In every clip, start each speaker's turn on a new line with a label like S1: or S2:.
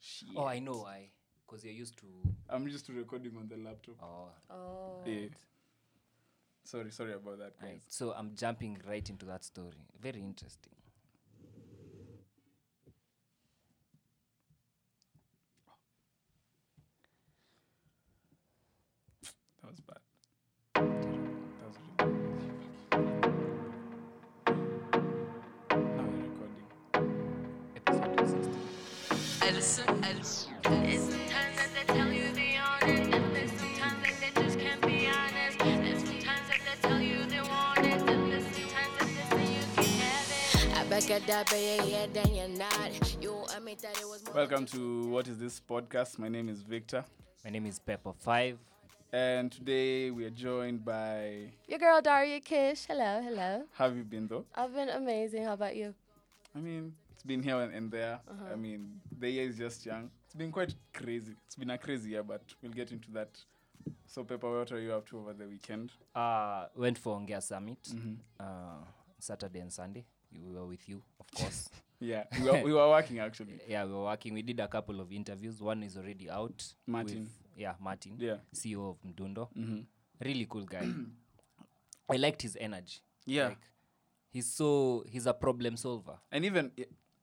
S1: shit.
S2: oh i know why because you're used to
S1: I'm used to recording on the laptop.
S2: oh
S3: Oh.
S1: Yeah. Sorry, sorry about that, guys.
S2: right. so i'm jumping right into that story very interesting
S1: That was bad. That was really bad. Now we're recording.
S2: episode 260
S4: And sometimes that they tell you the honest, and there's sometimes that they just can't be honest. There's sometimes that they tell you they want it, and there's sometimes that they say you can have it. I back at that, but yeah, yeah, then you're not. You admit that it was more.
S1: Welcome to What is This Podcast. My name is Victor.
S2: my name is pepper 5
S1: And today we are joined by
S3: Your girl Daria Kish. Hello, hello.
S1: Have You Been Though?
S3: I've been amazing. How about you?
S1: I mean, it's been here and, and there. I mean, the year is just young. It's been quite crazy. It's been a crazy year, but we'll get into that. So, Pepper, what are you up to over the weekend?
S2: uh went for ongea summit
S1: Mm-hmm.
S2: uh saturday and sunday we were with you of course
S1: Yeah, we were, we were working actually.
S2: yeah we were working we did a couple of interviews one is already out
S1: Martin.
S2: with, yeah martin
S1: Yeah. Mm-hmm.
S2: ceo of mdundo really cool guy i liked his energy
S1: Yeah.
S2: like he's so he's a problem solver
S1: And even,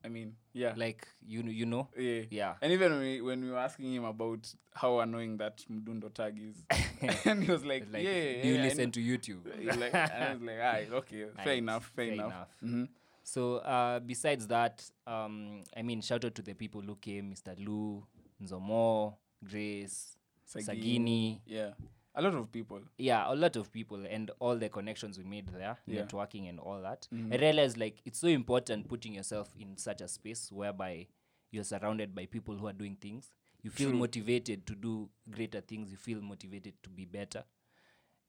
S1: I mean, yeah.
S2: like you kn- you know
S1: Yeah.
S2: Yeah.
S1: And even when we, when we were asking him about how annoying that Mdundo tag is, and he was like,
S2: like
S1: yeah, yeah,
S2: do you
S1: yeah, I
S2: listen
S1: know."
S2: to youtube
S1: He's like, and I was like, "Aye, okay, fair
S2: Right,
S1: enough, fair,
S2: fair
S1: enough.
S2: enough.
S1: Mhm.
S2: So uh, besides that, um, I mean, shout out to the people who came: Mr. Lou, Nzomo, Grace, Sagini.
S1: Sagini. Yeah. A lot of people.
S2: Yeah, a lot of people, and all the connections we made there,
S1: Yeah. Mm-hmm.
S2: networking and all that. I realized like it's so important putting yourself in such a space whereby you're surrounded by people who are doing things. You feel motivated to do greater things. You feel motivated to be better.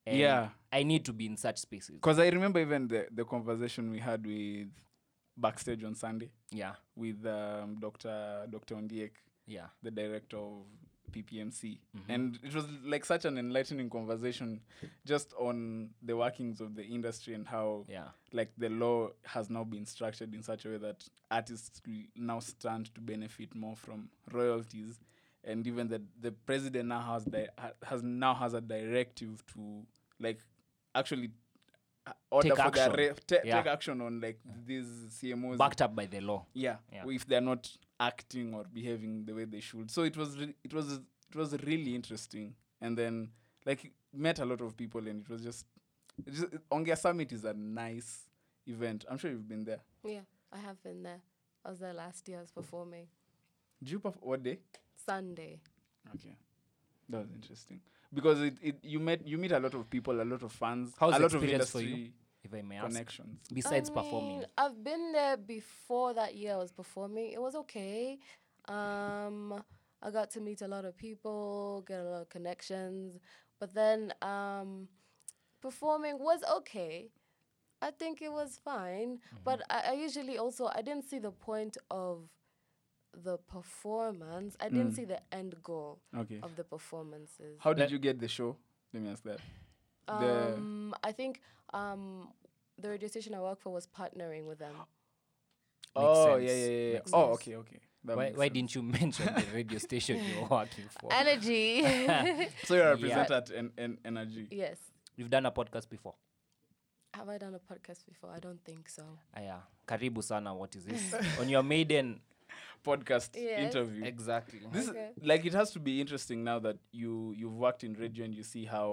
S2: And
S1: Yeah.
S2: I need to be in such spaces.
S1: Because I remember even the, the conversation we had with backstage on Sunday
S2: Yeah,
S1: with um, Dr. Dr. Ondiek,
S2: yeah.
S1: the director of PPMC.
S2: Mm-hmm.
S1: And it was like such an enlightening conversation just on the workings of the industry and how
S2: Yeah.
S1: like the law has now been structured in such a way that artists will now stand to benefit more from royalties and even the the president now has di- ha- has now has a directive to like actually uh, order
S2: Take
S1: for
S2: action.
S1: the arre- ta-
S2: Yeah.
S1: take action on like these CMOs
S2: Backed up by the law.
S1: yeah,
S2: Yeah.
S1: w- if they're not acting or behaving the way they should so it was re- it was it was really interesting and then like met a lot of people and it was just, it just Ongea Summit is a nice event I'm sure you've been there
S3: Yeah, I have been there. I was there last year. I was performing
S1: did you perf- what day
S3: Sunday.
S1: okay that was interesting because it, it you met you meet a lot of people a lot of fans
S2: How's
S1: a
S2: the
S1: lot of
S2: experience for you?
S1: industry
S2: If I may ask.
S1: connections
S2: besides
S3: I
S2: performing
S3: mean, I've been there before that year I was performing. It was okay. Um, I got to meet a lot of people, get a lot of connections. But then um, performing was okay. I think it was fine. But I, I usually also, I didn't see the point of the performance. I didn't see the end goal
S1: okay
S3: of the performances.
S1: how did you get the show let me ask that the
S3: Um, I think um, the radio station I work for was partnering with them.
S1: oh
S2: sense,
S1: yeah yeah yeah, yeah.
S2: makes
S1: oh
S2: sense.
S1: okay okay That
S2: why,
S1: makes
S2: why
S1: sense.
S2: didn't you mention the radio station you're working for
S3: Energy.
S1: So you're a
S2: Yeah.
S1: presenter at en- en- Energy.
S3: yes.
S2: we've done a podcast before
S3: Have I done a podcast before? I don't think so.
S2: aya Ah, karibu sana what is this on your maiden
S1: Podcast
S3: Yes.
S1: interview.
S2: exactly
S1: This
S3: Okay.
S1: is, like it has to be interesting now that you you've worked in radio and you see how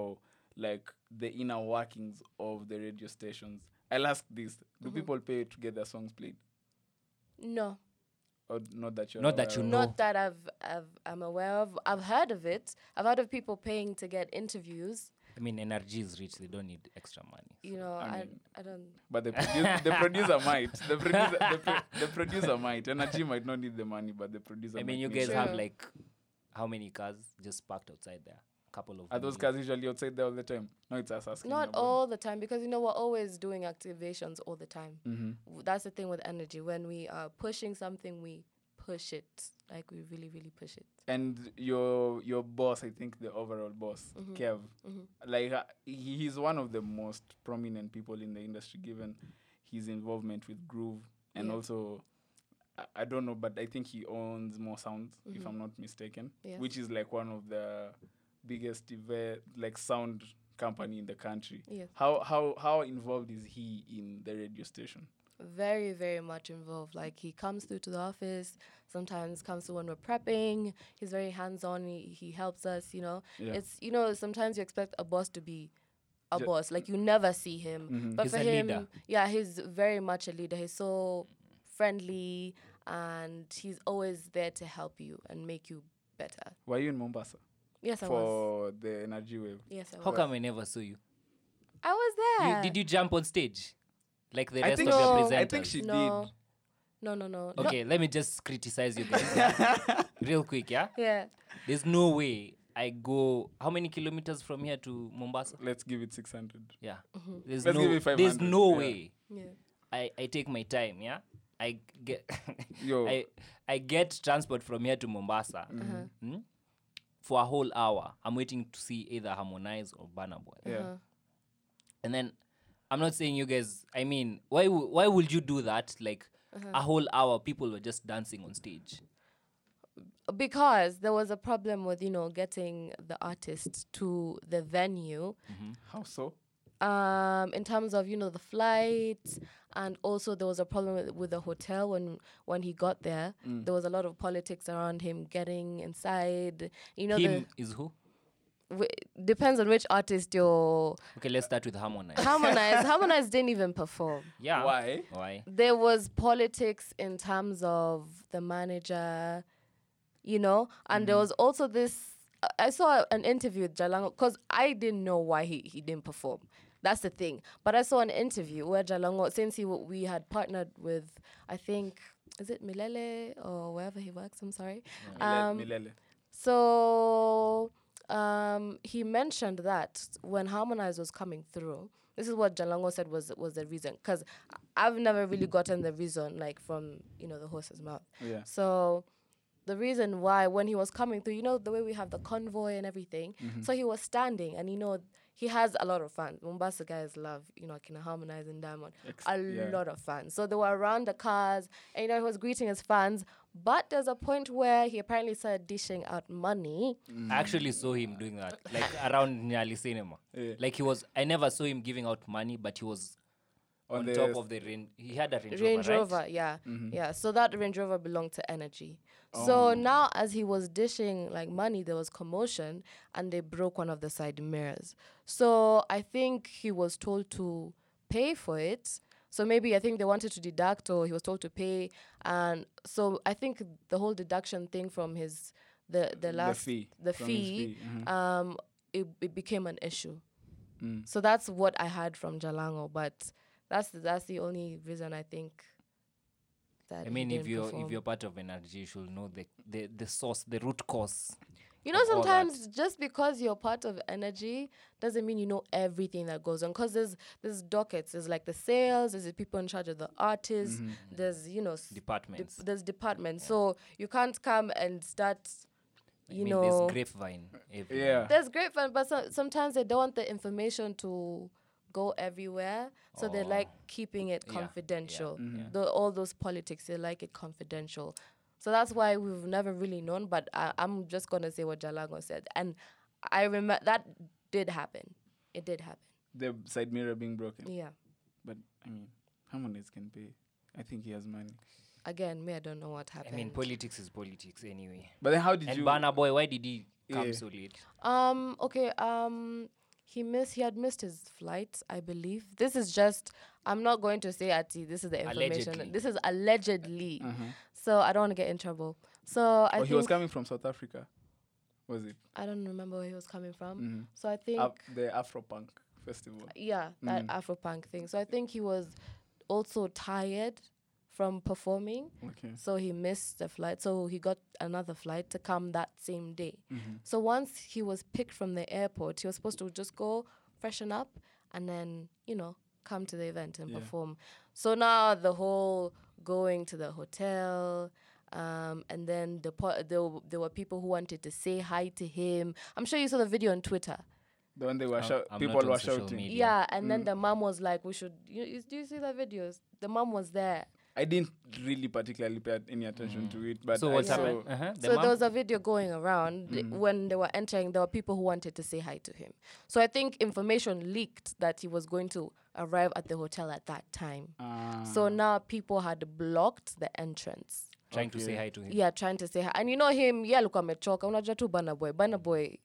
S1: like the inner workings of the radio stations. I'll ask this: Do
S3: Mm-hmm.
S1: people pay to get their songs played,
S3: No,
S1: or not that you're
S2: Not that you
S1: aware of?
S2: know.
S3: not that I've, I've I'm aware of. I've heard of it. I've heard of people paying to get interviews.
S2: i mean energy is rich they don't need extra money
S3: You know, I
S1: mean-
S3: I, don't.
S1: But the, produ- the producer might. The producer, the, pro- the producer might. Energy might not need the money, but the producer.
S2: i mean
S1: might
S2: you
S1: need
S2: guys
S1: it.
S2: have
S3: True.
S2: like how many cars just parked outside there a couple of
S1: Are those
S2: million.
S1: cars usually outside there all the time? No, it's us asking.
S3: Not
S1: about-
S3: all the time because you know we're always doing activations all the time. W- That's the thing with energy. When we are pushing something, we push it like we really really push it.
S1: and your your boss i think the overall boss
S3: Mm-hmm.
S1: kev like uh, he- he's one of the most prominent people in the industry given his involvement with groove and
S3: Yeah.
S1: also I, I don't know, but I think he owns More Sounds,
S3: Mm-hmm.
S1: if I'm not mistaken,
S3: Yeah.
S1: which is like one of the biggest eve- like sound company in the country.
S3: Yes.
S1: How how how involved is he in the radio station?
S3: very very much involved like he comes through to the office sometimes comes to when we're prepping he's very hands-on he, he helps us you know
S1: Yeah.
S3: it's you know sometimes you expect a boss to be a
S1: Ju-
S3: boss like you never see him
S1: Mm-hmm.
S3: but
S2: He's
S3: for
S2: a
S3: him
S2: leader.
S3: yeah he's very much a leader he's so friendly and he's always there to help you and make you better
S1: Were you in Mombasa
S3: yes i was
S1: for the energy wave?
S3: yes i
S2: How
S3: was
S2: come I never saw you?
S3: i was
S2: You-
S3: there
S2: did you jump on stage? Like the
S1: I
S2: rest
S1: think
S2: of
S3: No.
S2: your
S1: she,
S2: presenters?
S1: I think she
S3: no no no no No-
S2: Okay, let me just criticize you guys. Real quick, yeah?
S3: yeah
S2: There's no way I go how many kilometers from here to Mombasa?
S1: did. Let's give it six hundred.
S2: Yeah. There's
S1: Let's
S2: no
S1: give it
S2: there's
S1: 500,
S2: no
S1: yeah.
S2: way.
S3: yeah
S2: I, I take my time, yeah. I get
S1: Yo.
S2: I I get transport from here to Mombasa mm, for a whole hour. I'm waiting to see either Harmonize or Burna Boy.
S1: Yeah.
S3: Uh-huh.
S2: And then I'm not saying you guys. I mean, why wou- why would you do that? Like a whole hour, people were just dancing on stage.
S3: because there was a problem with you know getting the artist to the venue
S1: How so?
S3: um in terms of you know the flight and also there was a problem with, with the hotel when when he got there there was a lot of politics around him getting inside you know
S2: Him is who?
S3: the w- depends on which artist you're
S2: Okay, let's start with Harmonize.
S3: harmonize harmonize didn't even perform
S2: Yeah.
S1: Why?
S2: Why?
S3: there was politics in terms of the manager, you know, and there was also this. I- I saw an interview with Jalango because I didn't know why he, he didn't perform. That's the thing. But I saw an interview where Jalango, since he w- we had partnered with, I think, is it Milele or wherever he works? I'm sorry.
S1: Mile-
S3: Um,
S1: Milele.
S3: so um, he mentioned that when Harmonize was coming through, this is what Jalango said was was the reason because I've never really gotten the reason like from you know the horse's mouth.
S1: Oh, Yeah.
S3: So the reason why when he was coming through, you know the way we have the convoy and everything.
S1: Mm-hmm.
S3: So he was standing, and you know he has a lot of fans. Mombasa guys love you know Kina Harmonize and Diamond, a
S1: yeah.
S3: lot of fans. So they were around the cars, and you know he was greeting his fans. But there's a point where he apparently started dishing out money.
S1: Mm.
S2: I actually saw him doing that, like around Nyali Cinema.
S1: Yeah.
S2: Like he was. I never saw him giving out money, but he was
S1: On
S2: on,
S1: the
S2: top
S1: s-
S2: of the range. He had a Range Rover.
S3: Range
S2: right?
S3: Rover, yeah, yeah. So that Range Rover belonged to Energy. So now, as he was dishing like money, there was commotion, and they broke one of the side mirrors. So I think he was told to pay for it. So maybe I think they wanted to deduct, or he was told to pay, and so I think the whole deduction thing from his the the last
S1: fee,
S3: the
S1: from his
S3: fee,
S1: fee, mhm.
S3: um, it, it became an issue. So that's what I had from Jalango, but that's the, that's the only reason I think. That
S2: I mean,
S3: he
S2: if
S3: didn't
S2: you're
S3: perform.
S2: if you're part of energy, you should know the the, the source, the root cause.
S3: you know,
S2: of all that.
S3: sometimes just because you're part of energy doesn't mean you know everything that goes on. Because there's there's dockets, there's like the sales, there's the people in charge of the artists,
S2: Mm-hmm.
S3: there's you know s- de-
S2: Departments.
S3: there's departments. So you can't come and start,
S2: I
S3: you
S2: mean,
S3: know,
S2: there's grapevine. everywhere.
S1: Yeah.
S3: That's great fun, but so, sometimes they don't want the information to go everywhere, so they
S2: Oh.
S3: like keeping it
S2: Yeah, yeah,
S3: confidential.
S2: yeah. Mm-hmm.
S3: Tho- all those politics, they like it confidential. So that's why we've never really known. But I, I'm just gonna say what Jalango said, and I remember that did happen. It did happen.
S1: The side mirror being broken.
S3: Yeah.
S1: But I mean, harmonies can pay. I think he has money.
S3: Again, me, I don't know what
S2: I
S3: happened.
S2: mean, politics is politics anyway.
S1: But then how did
S2: and
S1: you?
S2: Burna Boy, why did he come
S1: Yeah.
S2: so late?
S3: Um. Okay. Um. He missed. He had missed his flight, I believe. This is just. I'm not going to say Ati. This is the information.
S2: Allegedly.
S3: This is allegedly. So I don't want to get in trouble. So I
S1: Mm-hmm. oh,
S3: think
S1: he was coming from South Africa, was it?
S3: I don't remember where he was coming from. So I think
S1: Mm-hmm. Af- Mm-hmm. the Afropunk festival.
S3: yeah, that Afropunk thing. So I think he was also tired from performing.
S1: Okay.
S3: So he missed the flight. So he got another flight to come that same day. So once he was picked from the airport, he was supposed to just go freshen up and then, you know, come to the event and perform. So now the whole going to the hotel. Um, and then the po- there, w- there were people who wanted to say hi to him. I'm sure you saw the video on Twitter.
S1: The one they were
S2: I'm-
S1: shou-
S2: I'm
S1: people
S2: not on
S1: were
S2: social
S1: shouting.
S2: media.
S3: Yeah, and then the mom was like, "We should." You, you, do you see the videos? The mom was there.
S1: I didn't really particularly pay at- any attention to it. But
S2: Mm. so
S1: I
S2: what's
S1: saw-
S2: happened? Uh-huh. The
S3: so
S2: mom?
S3: there was a video going around when they were entering. There were people who wanted to say hi to him. So I think information leaked that he was going to arrive at the hotel at that time.
S1: Ah,
S3: So now people had blocked the entrance.
S2: trying to say
S1: okay.
S2: hi to him.
S3: Yeah, trying to say hi. And you know him, yeah, look, amechoka. Unajua tu Burna Boy. Burna Boy,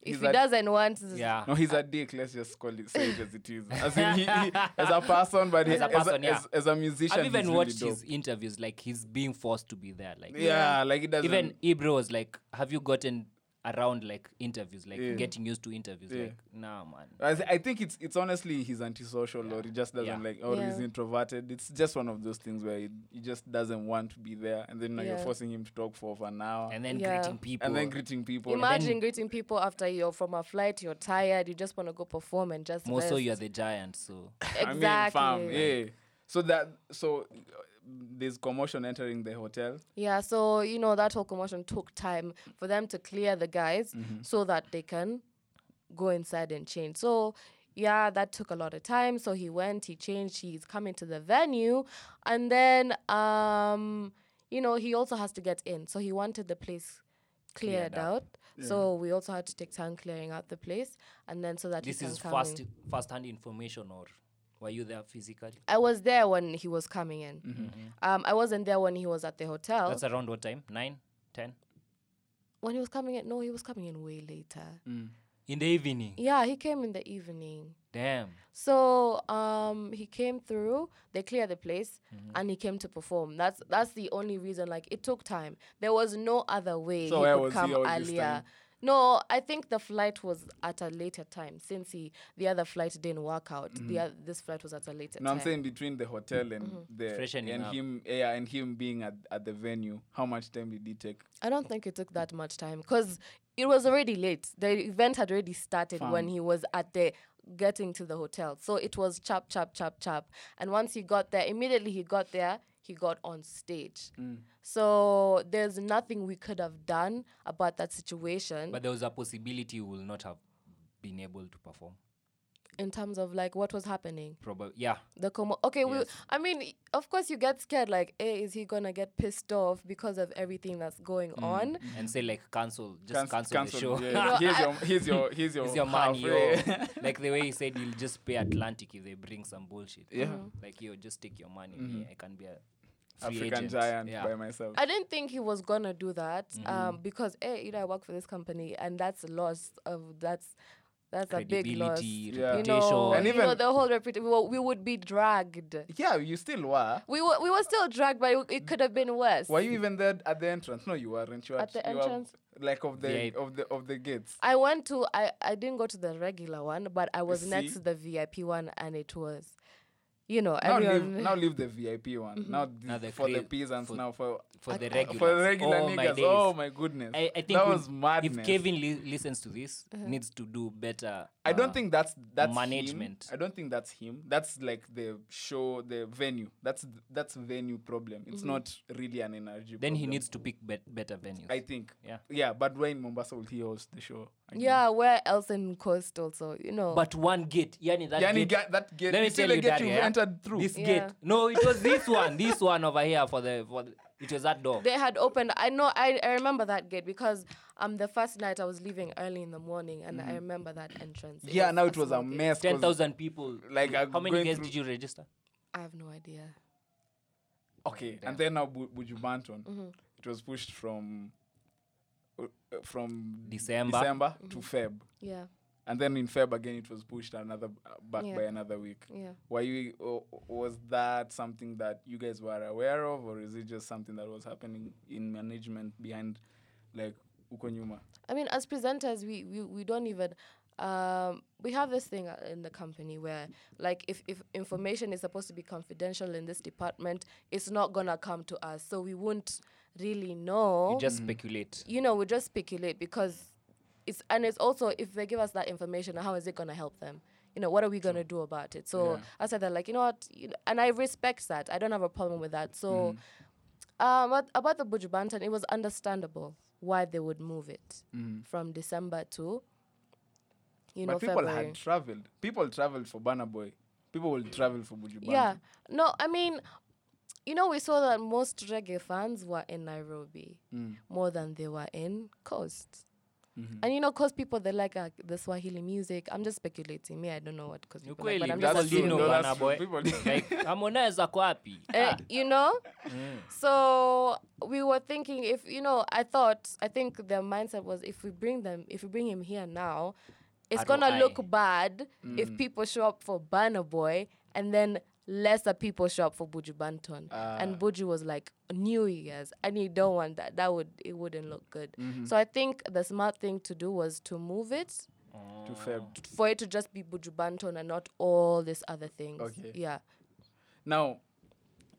S3: if
S1: He's
S3: he
S1: a-
S3: doesn't want...
S2: Yeah.
S1: no, he's a dick. Let's just call it say it as it is. As in, he, he- as a person, but he- as,
S2: a person, yeah.
S1: as, as a musician,
S2: I've even
S1: he's
S2: watched
S1: really
S2: his interviews. Like he's being forced to be there. Like
S1: dope. Yeah, like it doesn't.
S2: even Ibro was like, "Have you gotten around like interviews? Like
S1: Yeah.
S2: getting used to interviews?
S1: Yeah.
S2: Like nah, man.
S1: I, th- I think it's it's honestly he's antisocial or he just doesn't
S2: Yeah.
S1: like or he's
S3: Yeah.
S1: introverted. It's just one of those things where he, he just doesn't want to be there, and then now you're
S3: Yeah.
S1: forcing him to talk for, for an hour
S2: And then
S3: Yeah.
S2: greeting people.
S1: and then greeting people.
S3: Imagine greeting people after you're from a flight, you're tired, you just want to go perform and just
S2: More so,
S3: rest.
S2: you're the giant. So
S3: exactly.
S1: I mean, fam, eh, yeah. So that so uh, there's commotion entering the hotel.
S3: Yeah, so you know that whole commotion took time for them to clear the guys
S2: Mm-hmm.
S3: so that they can go inside and change. So yeah, that took a lot of time. So he went, he changed, he's coming to the venue, and then um, you know, he also has to get in. So he wanted the place cleared,
S2: Cleared up.
S3: out. So we also had to take time clearing out the place and then so that
S2: this
S3: he can
S2: is
S3: come
S2: first
S3: in.
S2: first hand information, or were you there physically?
S3: I was there when he was coming in. Um, I wasn't there when he was at the hotel.
S2: Mm-hmm. That's around what time? Nine, ten
S3: when he was coming in, no, he was coming in way later.
S2: in the evening.
S3: Yeah, he came in the evening.
S2: Damn.
S3: So um, he came through. They cleared the place,
S1: Mm-hmm.
S3: and he came to perform. That's that's the only reason. Like it took time. There was no other way
S1: So
S3: he
S1: where
S3: could
S1: was he
S3: come
S1: all this
S3: earlier.
S1: time?
S3: No, I think the flight was at a later time since he the other flight didn't work out. The oth- this flight was at a later
S1: Mm-hmm. No,
S3: time. Mm-hmm.
S1: I'm saying between the hotel and the
S2: Freshening
S1: and
S2: up.
S1: him yeah and him being at, at the venue. How much time did he take?
S3: I don't think it took that much time because it was already late. The event had already started when he was at the getting to the hotel. So it was chop, chop, chop, chop. And once he got there, immediately he got there, he got on stage.
S2: Mm.
S3: So there's nothing we could have done about that situation
S2: But there was a possibility you will not have been able to perform.
S3: in terms of like what was happening.
S2: Probably. Yeah.
S3: The commo okay, we
S2: Yes.
S3: I mean, y- of course you get scared like, hey, is he gonna get pissed off because of everything that's going
S2: Mm.
S3: on?
S2: And say like cancel,
S1: Canc-
S2: just cancel, the
S1: yeah.
S2: show.
S1: here's your here's your here's your
S2: It's your money, yo.
S1: halfway.
S2: like the way he said, you'll just pay Atlantic if they bring some bullshit.
S1: Yeah. Mhm.
S3: Mm-hmm.
S2: Like, yo, just take your money. me, I can be a free
S1: African
S2: agent.
S1: giant
S2: Yeah.
S1: by myself.
S3: I didn't think he was gonna do that um,
S2: Mm-hmm.
S3: because eh, you know I work for this company and that's a loss of that's that's a big loss.
S2: Credibility,
S1: Yeah.
S2: reputation.
S3: You know,
S1: And
S3: you know
S1: even-
S3: the whole reputation. We, were- we would be dragged.
S1: yeah, you still were.
S3: We were we were still dragged, but it, it could have been worse.
S1: Were you even there at the entrance? No, you weren't. You were
S3: At the
S1: you were
S3: entrance?
S1: like of the
S2: VIP.
S1: of the of the gates.
S3: I went to I I didn't go to the regular one, but I was next
S1: see?
S3: to the VIP one, and it was, you know,
S1: Now leave,
S3: everyone.
S1: now leave the VIP one.
S3: Mm-hmm.
S1: Now, this,
S2: Now the
S1: for the
S2: cra-
S1: peasants.
S2: for-
S1: now for
S2: for the
S1: uh,
S2: regulars.
S1: for the regular
S2: oh, My
S1: niggas.
S2: days.
S1: oh my goodness.
S2: I, I think
S1: that
S2: we-
S1: was madness.
S2: if Kevin li- listens to this,
S3: Uh-huh.
S2: needs to do better.
S1: I
S2: uh,
S1: don't think that's that's him.
S2: management.
S1: I don't think that's him. That's like the show, the venue. That's that's venue problem.
S3: Mm-hmm.
S1: It's not really an energy.
S2: Then he
S1: problem.
S2: needs to pick bet- better venues.
S1: I think.
S2: Yeah.
S1: Yeah, but where in Mombasa will he host the show? again?
S3: yeah, where else in coast also, you know.
S2: but one gate. Yani that
S1: Yani
S2: gate.
S1: ga- that gate.
S2: Let me
S1: you see
S2: tell
S1: the
S2: you
S1: gate
S2: that
S1: you've
S2: yeah?
S1: entered through.
S2: This
S3: Yeah.
S2: gate. No, it was this one. This one over here for the for the, it was that door.
S3: they had opened i know I, I remember that gate because um the first night i was leaving early in the morning and i remember that entrance
S1: Mm-hmm. yeah, now it was a
S3: small gate.
S1: mess. 'cause-
S2: Ten thousand people.
S1: like, uh,
S2: how many
S1: going
S2: guys
S1: through-
S2: did you register?
S3: i have no idea
S1: Okay, and then now Bu- Buju Banton,
S3: Mm-hmm.
S1: it was pushed from uh, uh, from
S2: December.
S1: December to
S3: Mm-hmm.
S1: Feb,
S3: yeah
S1: and then in Feb again it was pushed another uh, back
S3: Yeah.
S1: by another week.
S3: Yeah.
S1: Were you o- was that something that you guys were aware of, or is it just something that was happening in management behind, like Ukonyuma?
S3: i mean as presenters we we, we don't even um, we have this thing uh, in the company where like if, if information is supposed to be confidential in this department it's not gonna come to us so we won't really know
S2: You just
S1: Oh.
S2: speculate.
S3: you know, we just speculate because it's and it's also if they give us that information, how is it gonna help them? You know, what are we gonna do about it? So I said that like, you know what, you know, and I respect that. I don't have a problem with that. So
S1: Mm.
S3: um, but about the Buju Banton, it was understandable why they would move it from December to you know
S1: but Mm. people
S3: February.
S1: had traveled. People traveled for Banner Boy. People will travel for Buju Banton.
S3: Yeah. No, I mean, you know, we saw that most reggae fans were in Nairobi more than they were in Coast. And you know, Coast people, they like uh, the Swahili music. I'm just speculating. Me, I don't know what Coast
S2: ni
S3: people like, but
S2: kweli
S3: I'm just
S1: that's true,
S3: assuming.
S1: no,
S2: mtazino
S1: that's
S2: bana
S1: true.
S2: boy
S1: People-
S2: like harmonize ako wapi
S1: Eh,
S3: Uh, you know? So we were thinking if you know, I thought I think their mindset was if we bring them if we bring him here now, it's gonna
S2: ROI.
S3: look bad if people show up for Banner Boy and then lesser people show up for Buju Banton. and Buju was like New Year's and you don't want that. That would it wouldn't look good. So I think the smart thing to do was to move it
S1: to Feb.
S3: for it to just be Buju Banton and not all these other things.
S1: Okay.
S3: Yeah.
S1: Now,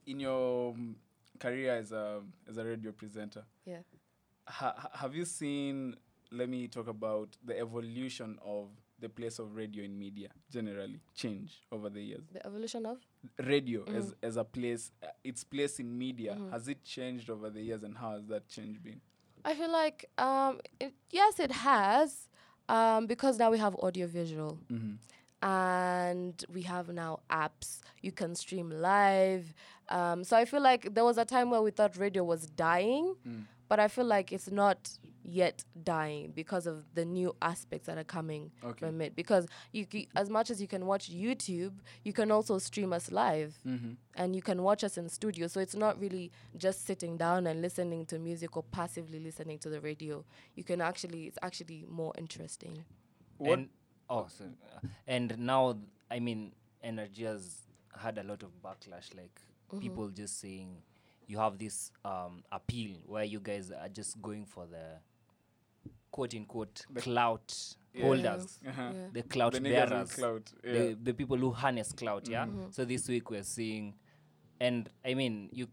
S1: in your um, career as a as a radio presenter,
S3: Yeah.
S1: ha- ha- have you seen? Let me talk about the evolution of the place of radio in media generally change over the years.
S3: The evolution of
S1: radio as as a place, uh, its place in media has it changed over the years, and how has that change been?
S3: I feel like um, it, yes, it has um, because now we have audiovisual and we have now apps. You can stream live. Um, so I feel like there was a time where we thought radio was dying, but I feel like it's not yet dying because of the new aspects that are coming
S1: Okay.
S3: from it. Because you, c- as much as you can watch YouTube, you can also stream us live and you can watch us in studio. So it's not really just sitting down and listening to music or passively listening to the radio. You can actually, it's actually more interesting.
S1: What-
S2: and oh so, and now i mean energy has had a lot of backlash like
S1: Mm-hmm.
S2: people just saying you have this um, appeal where you guys are just going for the quote unquote clout holders
S1: Uh-huh.
S2: the clout
S1: The niggas
S2: bearers
S1: with clout, yeah.
S2: the, the people who harness clout yeah so this week we're seeing and i mean you c-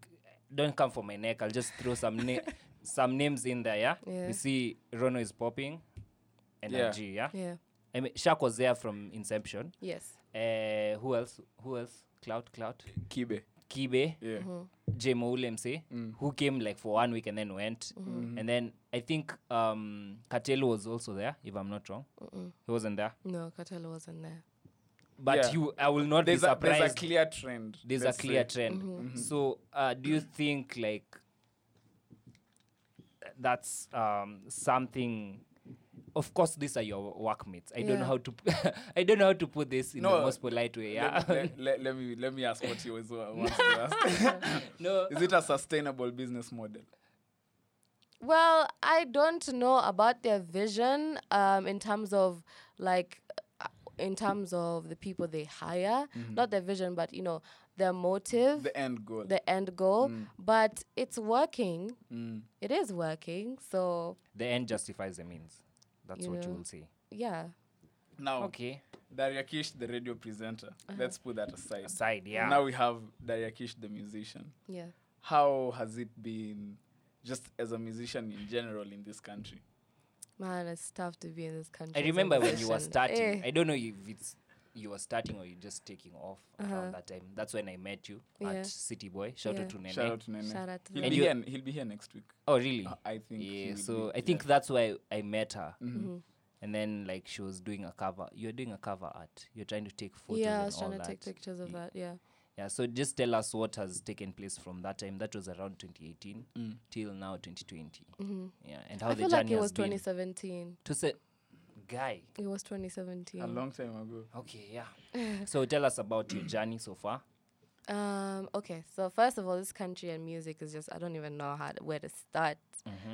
S2: don't come for my neck i'll just throw some na- some names in there yeah?
S3: Yeah.
S2: we see rono is popping energy yeah,
S3: Yeah.
S2: I mean, Shaq was there from Inception.
S3: Yes.
S2: Uh, who else? Who else? Cloud, Cloud,
S1: Kibe,
S2: Kibe,
S1: yeah, Mm.
S2: J Mo MC, who came like for one week and then went. And then I think um, Katelo was also there, if I'm not wrong. He wasn't there.
S3: No, Katelo wasn't there.
S2: But
S1: Yeah.
S2: you, I will not
S1: there's
S2: be
S1: a
S2: surprised.
S1: there's a clear trend.
S2: there's a
S1: let's
S2: clear
S1: say.
S2: trend.
S3: Mm-hmm.
S1: Mm-hmm.
S2: So, uh, do you think like that's um, something? Of course, these are your workmates. I don't know
S3: Yeah.
S2: how to. I don't know how to put this in
S1: No,
S2: the most polite way. Yeah.
S1: Let, let, let, let me let me ask what you was wants to ask.
S2: no.
S1: Is it a sustainable business model?
S3: Well, I don't know about their vision um, in terms of like uh, in terms of the people they hire, not their vision, but you know their motive,
S1: The end goal.
S3: the end goal. But it's working. It is working. So
S2: The end justifies the means. That's
S3: You
S2: what
S3: know.
S2: you will say.
S3: yeah,
S1: now,
S2: Okay.
S1: Daria Kish, the radio presenter.
S3: Uh-huh.
S1: Let's put that aside.
S2: Side, yeah.
S1: Now we have Daria Kish, the musician.
S3: yeah.
S1: How has it been, just as a musician in general in this country?
S3: Man, it's tough to be in this country.
S2: I
S3: as a
S2: remember when you were
S3: musician.
S2: starting.
S3: Eh.
S2: I don't know if it's you were starting or you just taking off around that time. That's when I met you
S3: Uh-huh. Yeah.
S2: at City Boy. Shout
S3: Yeah.
S2: out to Nene.
S1: Shout out to Nene.
S3: Shout out to
S1: he'll
S2: Nene.
S1: be
S2: And you-
S1: here. n- He'll be here next week.
S2: Oh really?
S1: Uh, I think. he
S2: yeah.
S1: will
S2: So
S1: be-
S2: I
S1: yeah. Mm-hmm.
S2: think that's why I met her.
S3: Mm-hmm.
S2: And then like she was doing a cover. You're doing a cover art. You're trying to take photos.
S3: yeah, I
S2: and
S3: was trying
S2: all
S3: to take
S2: that.
S3: pictures of
S2: Ye-
S3: that. Yeah.
S2: Yeah, so just tell us what has taken place from that time. That was around 2018
S1: Mm.
S2: till now 2020. Yeah, and how
S3: Mm-hmm. I
S2: the
S3: feel
S2: journey
S3: like it
S2: has
S3: was
S2: been.
S3: 2017.
S2: To say, guy.
S3: It was 2017.
S1: a long time ago.
S2: Okay, yeah. so tell us about your journey so far.
S3: Um, okay, so first of all, this country and music is just, I don't even know how to, where to start.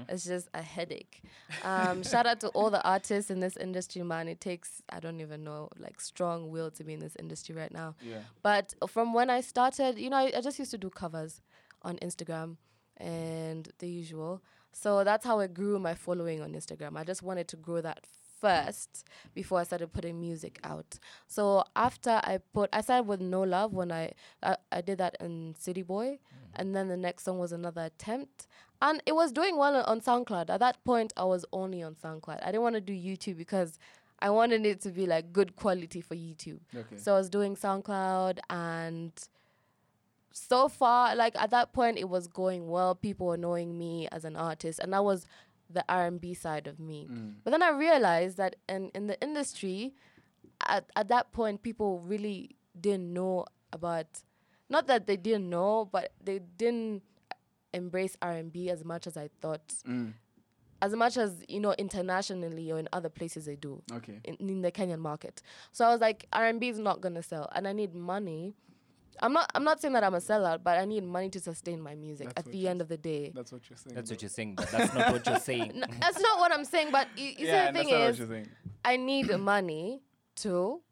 S3: It's just a headache. Um, shout out to all the artists in this industry, man. It takes, I don't even know, like strong will to be in this industry right now.
S1: Yeah.
S3: But from when I started, you know, I, I just used to do covers on Instagram and the usual. So that's how I grew my following on Instagram. I just wanted to grow that first before I started putting music out. So after I put, I started with No Love when I I, I did that in City Boy, and then the next song was another attempt, and it was doing well on, on SoundCloud. At that point, I was only on SoundCloud. I didn't want to do YouTube because. I wanted it to be like good quality for YouTube.
S1: Okay.
S3: So I was doing SoundCloud and so far, like at that point, it was going well. People were knowing me as an artist, and that was the R and B side of me. But then I realized that in in the industry, at at that point, people really didn't know about not that they didn't know, but they didn't embrace R and B as much as I thought. As much as you know, internationally or in other places they do
S1: Okay.
S3: in, in the Kenyan market. So I was like, R and B is not gonna sell, and I need money. I'm not. I'm not saying that I'm a sellout, but I need money to sustain my music
S1: That's
S3: at
S1: what
S3: the
S1: you're
S3: end of the day.
S1: That's what you're saying.
S2: That's what
S1: though.
S2: you're saying, but that's not what you're saying.
S3: No, that's not what I'm saying, but you, you
S1: yeah,
S3: see, the
S1: that's
S3: thing
S1: not
S3: is,
S1: what you're saying.
S3: I need money to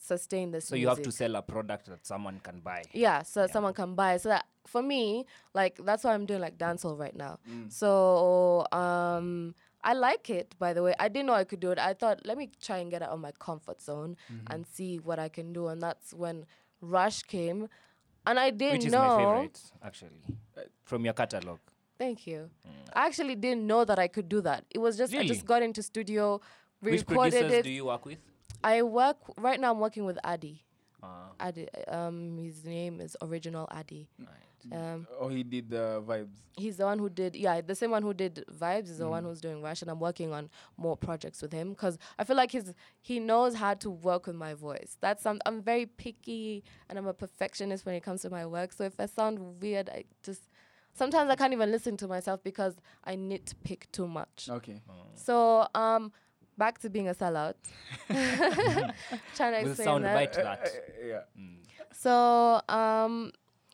S3: sustain this.
S2: So you have to
S3: music.
S2: sell a product that someone can buy.
S3: Yeah, so that someone can buy. So that for me, like that's why I'm doing like dancehall right now.
S2: Mm.
S3: So um I like it by the way. I didn't know I could do it. I thought let me try and get out of my comfort zone
S2: Mm-hmm.
S3: and see what I can do. And that's when Rush came. And I didn't
S2: Which is
S3: know
S2: my favorite, actually,
S1: Uh,
S2: from your catalog.
S3: Thank you. I actually didn't know that I could do that. It was just I
S2: Mm. Really?
S3: just got into studio, we
S2: Which
S3: recorded
S2: producers
S3: it.
S2: do you work with?
S3: I work right now I'm working with Adi.
S2: Uh,
S3: Adi um his name is original Adi. Um
S1: Oh, he did the vibes.
S3: he's the one who did yeah the same one who did vibes is the
S2: Mm.
S3: one who's doing rush and i'm working on more projects with him because i feel like he's he knows how to work with my voice that's some i'm very picky and i'm a perfectionist when it comes to my work so if i sound weird i just sometimes i can't even listen to myself because i nitpick too much
S1: Okay.
S3: so um back to being a sellout trying to
S2: we'll
S3: explain
S2: sound
S3: that
S2: bite that.
S1: Yeah.
S3: so um,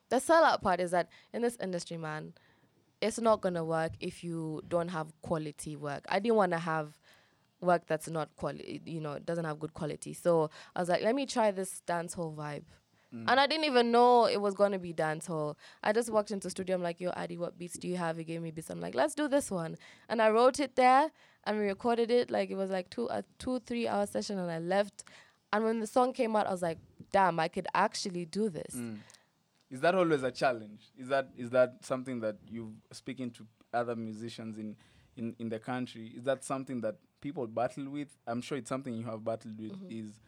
S3: the sellout part is that in this industry, man, it's not gonna work if you don't have quality work. I didn't want to have work that's not quality, you know, doesn't have good quality. So I was like, let me try this dancehall vibe. And I didn't even know it was gonna be dancehall. I just walked into the studio. I'm like, "Yo, Adi, what beats do you have?" He gave me beats. I'm like, "Let's do this one." And I wrote it there, and we recorded it. Like it was like two a two three hour session, and I left. And when the song came out, I was like, "Damn, I could actually do this."
S1: Is that always a challenge? Is that is that something that you speaking to other musicians in in in the country? Is that something that people battle with? I'm sure it's something you have battled with. Is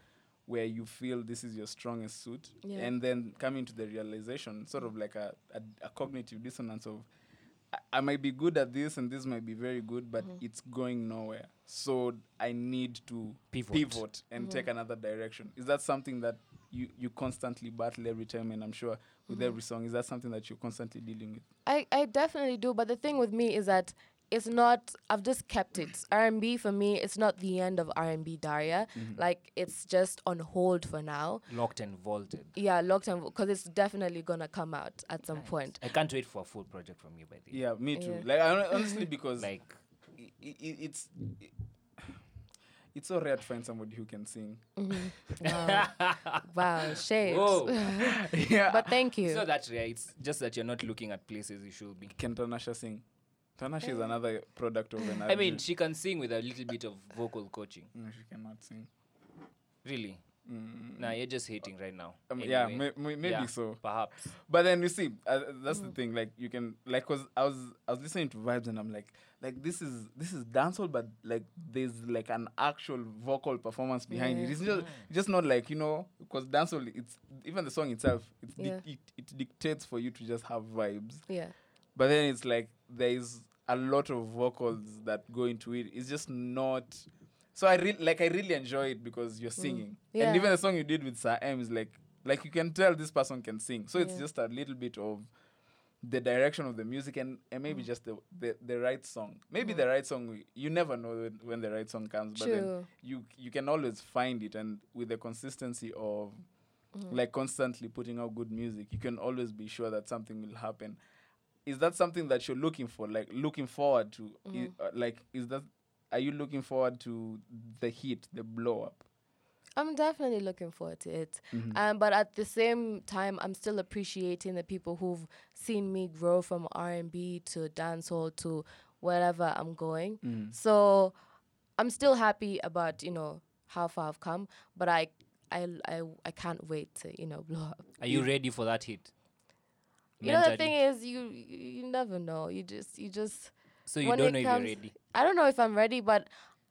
S1: where you feel this is your strongest suit,
S3: Yeah.
S1: and then coming to the realization, sort of like a a, a cognitive dissonance of. "I- I might be good at this and this might be very good, but it's going nowhere. So I need to
S2: Pivot.
S1: pivot and take another direction. Is that something that you, you constantly battle every time? And I'm sure with every song, is that something that you're constantly dealing with?
S3: I, I definitely do, but the thing with me is that it's not. I've just kept it. R and B for me, it's not the end of R and B Daria.
S2: Mm-hmm.
S3: Like it's just on hold for now.
S2: Locked and vaulted.
S3: Yeah, locked on because it's definitely gonna come out at some point.
S2: I can't wait for a full project from you by the
S1: Yeah, me too.
S3: Yeah.
S1: Like I hon- honestly, because
S2: Like,
S1: i- i- i- it's it's so rare to find somebody who can sing.
S3: Wow, wow, shade.
S2: whoa.
S1: yeah,
S3: But thank
S2: it's
S3: you.
S2: not that rare. It's just that you're not looking at places you should be.
S1: can Tanasha sing? Tanasha is another product of an.
S2: I mean, she can sing with a little bit of vocal coaching.
S1: no, she cannot sing.
S2: Really? Nah, you're just hating right now.
S1: Um, yeah,
S2: Anyway.
S1: may, may, maybe
S2: Yeah,
S1: so.
S2: Perhaps.
S1: But then you see, uh, that's the thing. Like you can, like, cause I was, I was listening to vibes, and I'm like, like this is, this is dancehall, but like there's like an actual vocal performance behind it. It's just, just not like you know, cause dancehall, it's even the song itself, it's dic-
S3: Yeah.
S1: it, it dictates for you to just have vibes.
S3: Yeah,
S1: But then it's like there is a lot of vocals that go into it. It's just not. So I re- like I really enjoy it because you're singing,
S3: Mm. Yeah.
S1: and even the song you did with Sir M is like like you can tell this person can sing. So it's
S3: Yeah.
S1: just a little bit of the direction of the music and, and maybe just the, the the right song. Maybe the right song we- you never know when, when the right song comes, but then
S3: True.
S1: you you can always find it. And with the consistency of like constantly putting out good music, you can always be sure that something will happen is that something that you're looking for like looking forward to I- uh, like is that are you looking forward to the hit the blow up
S3: I'm definitely looking forward to it.
S2: Mm-hmm.
S3: Um, but at the same time, I'm still appreciating the people who've seen me grow from R and B to dancehall to wherever I'm going.
S2: Mm-hmm.
S3: So I'm still happy about you know how far I've come, but I. I, I, I can't wait to you know blow up.
S2: Are you ready for that hit?
S3: You know the
S2: Mentally?
S3: thing is you you you never know. You just you just
S2: So you
S3: when
S2: don't
S3: it
S2: know if you're
S3: comes-
S2: ready.
S3: I don't know if I'm ready, but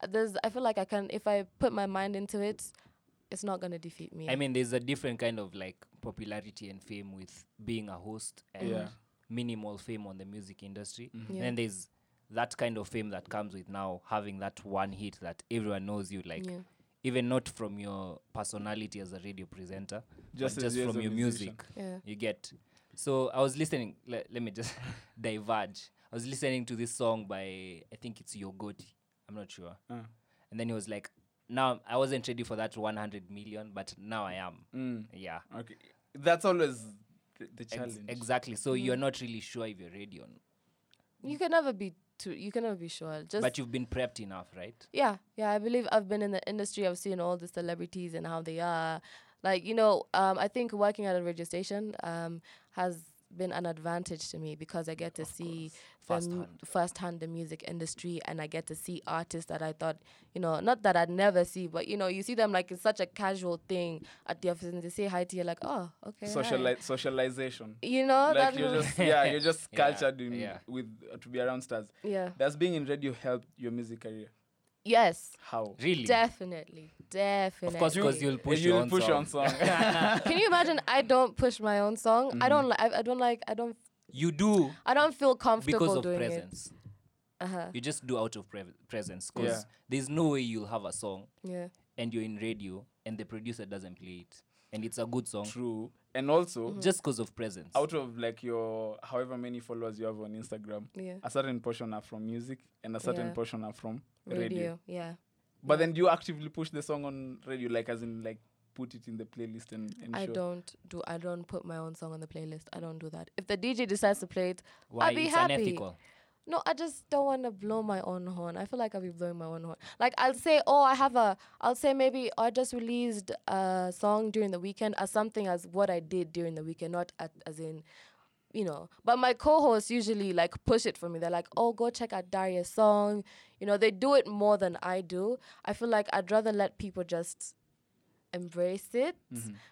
S3: there's. I feel like I can. If I put my mind into it, it's not gonna defeat me.
S2: I mean, there's a different kind of like popularity and fame with being a host and
S1: Yeah.
S2: minimal fame on the music industry.
S3: Mm-hmm. Yeah.
S2: And then there's that kind of fame that comes with now having that one hit that everyone knows you. Like
S3: Yeah.
S2: even not from your personality as a radio presenter,
S1: Just
S2: just,
S1: as
S2: just
S1: you as
S2: from
S1: a
S2: your
S1: musician.
S2: music.
S3: Yeah.
S2: You get. So I was listening. Le- let me just diverge. I was listening to this song by I think it's Yogoti. I'm not sure.
S1: Uh.
S2: And then he was like, "Now I wasn't ready for that 100 million, but now I am."
S1: Mm.
S2: Yeah.
S1: Okay. That's always the, the
S2: Ex-
S1: challenge.
S2: exactly. So
S3: Mm.
S2: you're not really sure if you're ready or not,
S3: You can never be too. You can never be sure. Just
S2: but you've been prepped enough, right?
S3: Yeah, yeah. I believe I've been in the industry. I've seen all the celebrities and how they are. Like you know, um, I think working at a radio station um, has been an advantage to me because I get to see
S2: Firsthand.
S3: first hand the music industry, and I get to see artists that I thought you know not that I'd never see, but you know you see them like it's such a casual thing at the office, and they say hi to you like, oh, okay, hi."
S1: Sociali- socialization.
S3: You know
S1: like
S3: that.
S1: you're just yeah, you're just
S2: Yeah,
S1: cultured in,
S2: yeah.
S1: with uh, to be around stars.
S3: yeah.
S1: Does being in radio help your music career?
S3: Yes.
S1: How?
S2: Really?
S3: Definitely, definitely.
S2: Of course, because you'll push your
S1: You'll
S2: own
S1: push your
S2: song.
S1: own song.
S3: Can you imagine? I don't push my own song. I don't.
S2: Mm.
S3: Li- I, I don't like. I don't.
S2: You do
S3: I don't feel comfortable
S2: because of
S3: doing
S2: presence.
S3: it. Uh-huh.
S2: You just do out of pre- presence because
S1: Yeah.
S2: there's no way you'll have a song
S3: Yeah.
S2: and you're in radio and the producer doesn't play it and it's a good song
S1: True. And also,
S3: Mm-hmm.
S2: just because of presence.
S1: out of like your however many followers you have on Instagram,
S3: Yeah.
S2: Uh,
S1: a certain portion are from music and a certain
S3: Yeah.
S1: portion are from radio.
S3: Radio. Yeah.
S1: But then do you actively push the song on radio, like as in like put it in the playlist and, and
S3: I
S1: show?
S3: don't do. I don't put my own song on the playlist. I don't do that. If the DJ decides to play it,
S2: Why
S3: I'll be
S2: it's
S3: happy.
S2: unethical?
S3: No, I just don't want to blow my own horn. I feel like I'll be blowing my own horn. Like I'll say, oh, I have a. I'll say maybe I just released a song during the weekend as something as what I did during the weekend, not at, as in, you know. But my co-hosts usually like push it for me. They're like, oh, go check out Daria's song. You know, they do it more than I do. I feel like I'd rather let people just embrace it,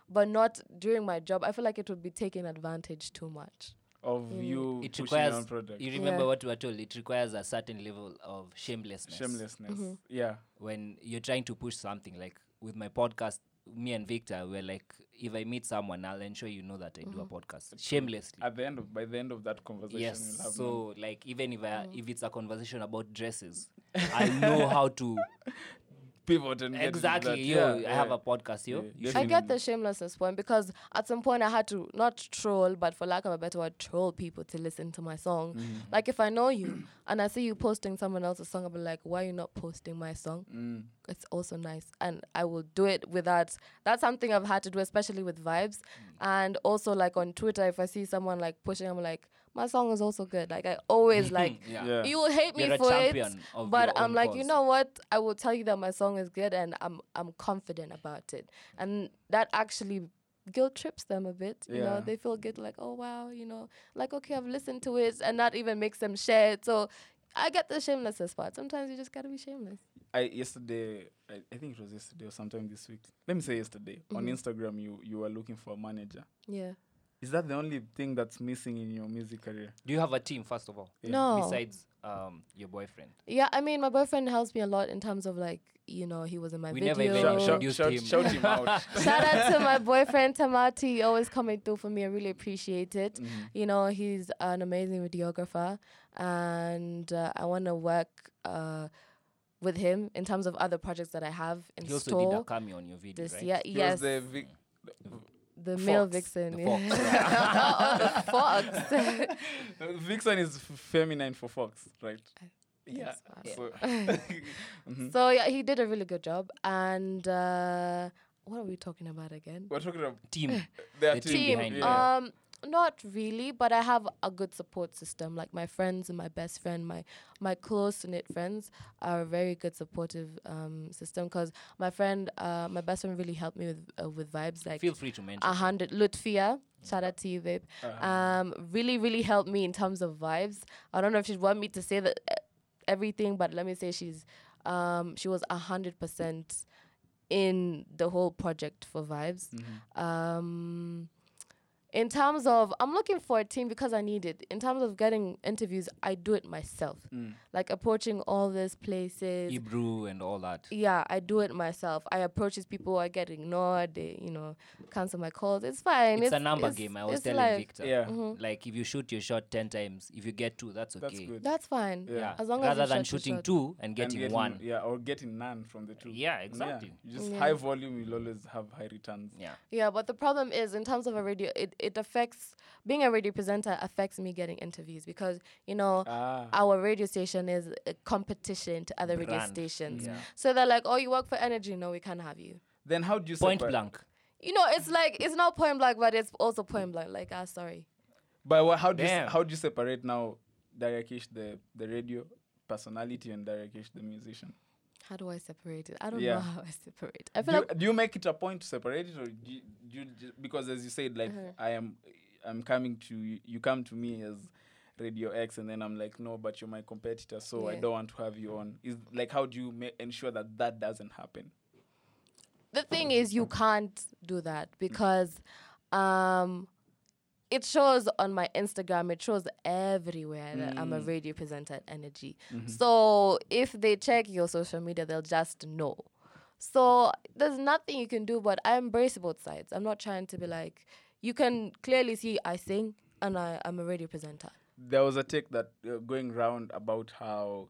S3: but not during my job. I feel like it would be taking advantage too much.
S1: Of you
S2: It
S1: pushing your own
S2: requires.
S1: product.
S2: You remember
S3: Yeah.
S2: what we were told? It requires a certain level of shamelessness.
S1: Shamelessness.
S3: Mm-hmm.
S1: Yeah.
S2: when you're trying to push something like with my podcast me and victor we're like if i meet someone i'll ensure you know that i do a
S3: Mm-hmm.
S2: podcast shamelessly
S1: At the end of by the end of that conversation, you'll have
S2: yes
S1: known.
S2: so like even if I,
S3: Mm-hmm.
S2: if it's a conversation about dresses i know how to
S1: pivot and get into that.
S2: exactly yo
S1: Yeah,
S2: i have
S1: yeah.
S2: a podcast yo
S1: Yeah,
S2: you
S3: I
S2: should
S3: get the shamelessness point because at some point I had to not troll, but for lack of a better word, troll people to listen to my song. Like if I know you and I see you posting someone else's song, I'll be like, "Why are you not posting my song?" It's also nice, and I will do it without. That's something I've had to do, especially with vibes, and also like on Twitter. If I see someone like pushing, I'm like, "My song is also good." Like I always like.
S2: Yeah.
S1: Yeah.
S3: You will hate me
S2: You're a
S3: for it,
S2: champion of
S3: but
S2: your
S3: I'm
S2: own
S3: like, you
S2: cause.
S3: know what? I will tell you that my song is good, and I'm I'm confident about it, and that actually guilt trips them a bit. You
S1: Yeah.
S3: know, they feel good, like, oh wow, you know, like okay, I've listened to it, and that even makes them share it. So I get the shamelessness part. Sometimes you just gotta be shameless.
S1: I yesterday, I, I think it was yesterday or sometime this week. Let me say yesterday on
S2: Mm-hmm.
S1: Instagram, you you were looking for a manager.
S3: Yeah.
S1: Is that the only thing that's missing in your music career?
S2: do you have a team first of all
S3: No.
S2: besides um your boyfriend
S3: Yeah, I mean, my boyfriend helps me a lot in terms of like, you know, he was in my
S2: We
S3: video.
S2: never even
S1: Shout, shout,
S2: introduced
S1: shout,
S2: him.
S1: shout him out.
S3: Shout out to my boyfriend Tamati, He always coming through for me. I really appreciate it. You know, he's an amazing videographer, and uh, I want to work uh, with him in terms of other projects that I have in
S2: he also did a
S3: store
S2: cameo on your video
S3: this
S2: right
S3: year.
S1: He
S3: yes,
S1: was the vic-
S3: the male
S1: fox.
S3: vixen.
S2: the
S3: yeah.
S2: fox
S3: Oh, the fox.
S1: uh, Vixen is f- feminine for Fox, right? Yeah.
S3: Yes,
S1: So,
S3: So yeah, he did a really good job. And uh, what are we talking about again?
S1: we're talking about
S2: team
S1: their
S2: The
S1: team.
S2: team
S3: team.
S2: behind you.
S1: yeah.
S3: Um, not really, but I have a good support system. Like my friends and my best friend, my my close knit friends are a very good supportive um, system. Cause my friend, uh, my best friend really helped me with uh, with vibes. Like uh-huh.
S2: feel free to mention
S3: a hundred Lutfia. Shout out to you, babe. Um, really, really helped me in terms of vibes. I don't know if she'd want me to say that uh, everything, but let me say she's um, she was a hundred percent in the whole project for vibes. Um, In terms of, I'm looking for a team because I need it. In terms of getting interviews, I do it myself. Like approaching all these places.
S2: Hebrew and all that.
S3: yeah, I do it myself. I approach these people, I get ignored, they, you know, cancel my calls. It's fine.
S2: It's, a number game. I was
S3: it's Mm-hmm.
S2: telling
S3: life.
S2: Victor.
S1: Yeah.
S2: Like if you shoot your shot ten times, if you get two, that's okay.
S1: That's good.
S3: That's fine.
S1: Yeah.
S2: Yeah.
S3: As long as
S2: Rather
S3: you
S2: than
S3: shot your
S2: shooting
S3: shot.
S2: two and
S1: And
S2: getting one.
S1: Yeah, or getting none from the two.
S2: Yeah, exactly.
S1: You just
S3: Yeah.
S1: high volume, you'll always have high returns.
S2: Yeah.
S3: Yeah, but the problem is in terms of a radio, it, it affects being a radio presenter affects me getting interviews because you know
S1: Ah.
S3: our radio station is a competition to other radio
S2: Brand,
S3: stations.
S2: yeah.
S3: So they're like, oh, you work for Energy? No, we can't have you.
S1: Then how do you
S2: Point
S1: separ-
S2: blank.
S3: You know, it's like it's not point blank, but it's also point blank. Like, ah, sorry.
S1: But wha- how do you,
S2: Damn.
S1: s- how do you separate now Dariakish the the radio personality and Dariakish the musician?
S3: How do I separate it? I don't
S1: Yeah.
S3: know how I separate. I
S1: Do
S3: feel
S1: you,
S3: like
S1: do you make it a point to separate it, or do you, do you ju- because as you said, like
S3: Mm-hmm.
S1: I am, I'm coming to you, you come to me as Radio X, and then I'm like, no, but you're my competitor, so I
S3: Yeah.
S1: don't want to have you on. Is like how do you ma- ensure that that doesn't happen?
S3: the thing is you can't do that because um it shows on my Instagram, it shows everywhere that I'm a radio presenter at Energy. So if they check your social media, they'll just know. So there's nothing you can do, but I embrace both sides. I'm not trying to be like, you can clearly see I sing and I, I'm a radio presenter.
S1: there was a take that uh, going round about how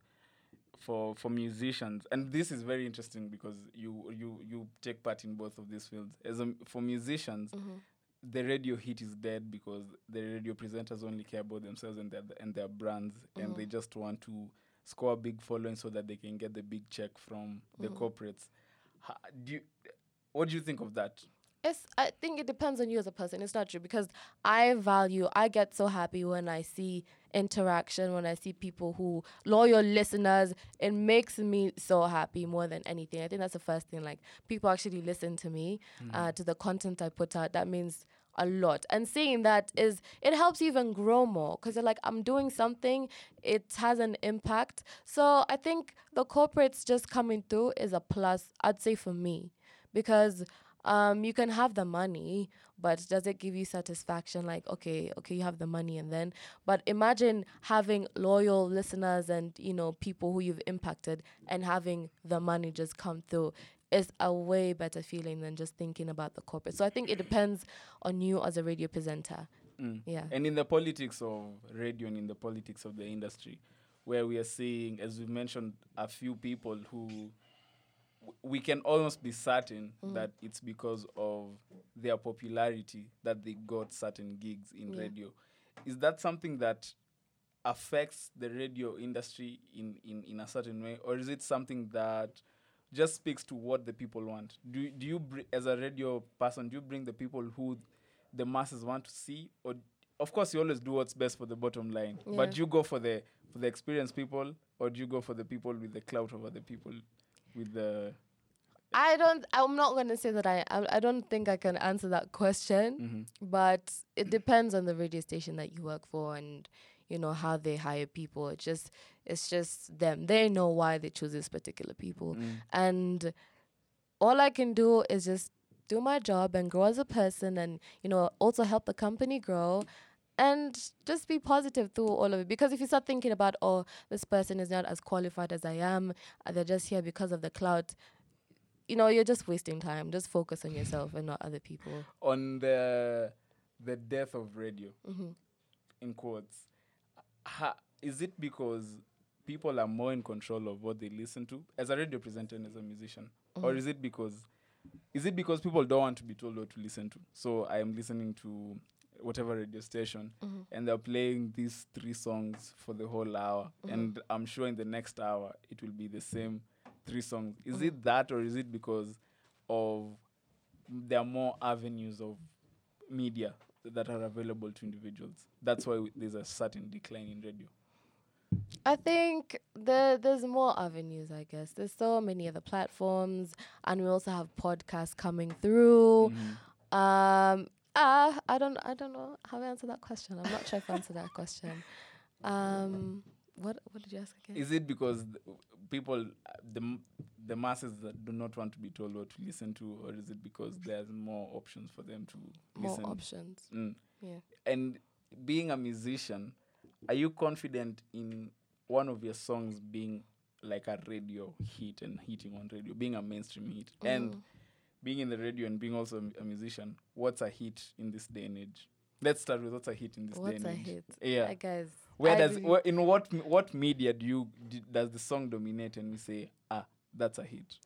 S1: for for musicians and this is very interesting because you you you take part in both of these fields as a, m- for musicians the radio hit is dead because the radio presenters only care about themselves and their and their brands and they just want to score a big following so that they can get the big check from the corporates Ha do you, what do you think of that
S3: It's, I think it depends on you as a person. It's not true because I value, I get so happy when I see interaction, when I see people who, loyal listeners, it makes me so happy more than anything. I think that's the first thing. Like, people actually listen to me, uh, to the content I put out. That means a lot. And seeing that is, it helps you even grow more because you're like, I'm doing something, it has an impact. So I think the corporates just coming through is a plus, I'd say, for me because um, you can have the money, but does it give you satisfaction? Like, okay, okay, you have the money, and then, but imagine having loyal listeners and you know people who you've impacted, and having the money just come through is a way better feeling than just thinking about the corporate. So I think it depends on you as a radio presenter. Yeah.
S1: and in the politics of radio and in the politics of the industry where we are seeing as we mentioned a few people who w- we can almost be certain that it's because of their popularity that they got certain gigs in radio is that something that affects the radio industry in, in, in a certain way or is it something that just speaks to what the people want do, do you br- as a radio person do you bring the people who the masses want to see or of course you always do what's best for the bottom line but
S3: Yeah.
S1: do you go for the for the experienced people or do you go for the people with the clout over the people with the
S3: I don't. I'm not going to say that I, I. I don't think I can answer that question. But it depends on the radio station that you work for, and you know how they hire people. It's just, it's just them. They know why they choose these particular people, and all I can do is just do my job and grow as a person, and you know also help the company grow. And just be positive through all of it. Because if you start thinking about, oh, this person is not as qualified as I am, uh, they're just here because of the clout, you know, you're just wasting time. Just focus on yourself and not other people.
S1: on the the death of radio in quotes ha, is it because people are more in control of what they listen to as a radio presenter and as a musician or is it because is it because people don't want to be told what to listen to so i am listening to whatever radio station and they're playing these three songs for the whole hour and i'm sure in the next hour it will be the same three songs is it that or is it because of there are more avenues of media that are available to individuals. That's why we- there's a certain decline in radio.
S3: I think there there's more avenues, I guess. There's so many other platforms, and we also have podcasts coming through. Um, uh, I don't I don't know how I answer that question. I'm not sure if I answered that question. Um, what what did you ask again?
S1: Is it because th- people, uh, the m- the masses that do not want to be told what to listen to, or is it because there's more options for them to
S3: more
S1: listen?
S3: options.
S1: Mm.
S3: Yeah.
S1: and being a musician are you confident in one of your songs being like a radio hit and hitting on radio being a mainstream hit
S3: Mm.
S1: and being in the radio and being also a mu- a musician what's a hit in this day and age let's start with what's a hit in this
S3: What's
S1: day
S3: a
S1: and age
S3: hit?
S1: yeah
S3: I guys.
S1: where
S3: I
S1: does
S3: really-
S1: where, in what m- what media do you d- does the song dominate and we say ah that's a hit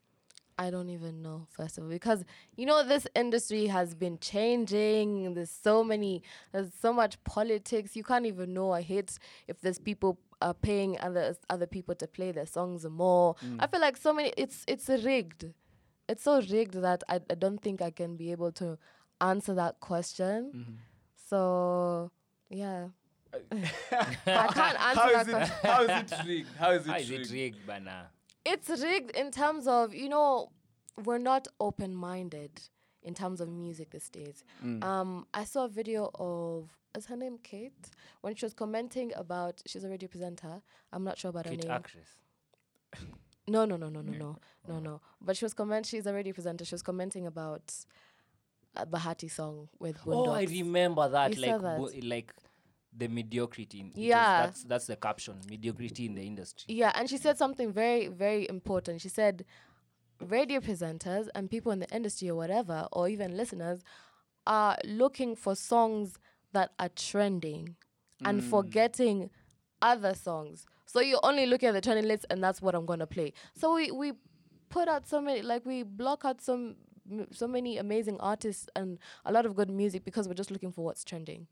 S3: I don't even know, first of all, because you know this industry has been changing. There's so many, there's so much politics. You can't even know a hit if there's people uh, paying other other people to play their songs more.
S1: Mm.
S3: I feel like so many. It's it's rigged. It's so rigged that I, I don't think I can be able to answer that question.
S1: Mm-hmm.
S3: So yeah, I can't
S1: how
S3: answer that
S1: is it
S3: question.
S1: how is it rigged how is it,
S2: How is it
S1: rigged?
S2: rigged, bana?
S3: it's rigged in terms of you know we're not open-minded in terms of music these days um, i saw a video of is her name kate when she was commenting about she's already a presenter i'm not sure about
S2: Kid
S3: her name
S2: actress.
S3: no, no, no, no, no, no, no, no. But she was comment. She's already a presenter. She was commenting about a Bahati song with Boondocks.
S2: Oh, I remember that.
S3: You
S2: like,
S3: saw that?
S2: bo- like the mediocrity. In, it was-
S3: Yeah.
S2: That's, that's the caption. Mediocrity in the industry.
S3: Yeah, and she said something very, very important. She said, radio presenters and people in the industry or whatever, or even listeners, are looking for songs that are trending and
S1: Hmm.
S3: forgetting other songs. So you only look at the trending list, and that's what I'm gonna play. So we we put out so many, like we block out some m- so many amazing artists and a lot of good music because we're just looking for what's trending.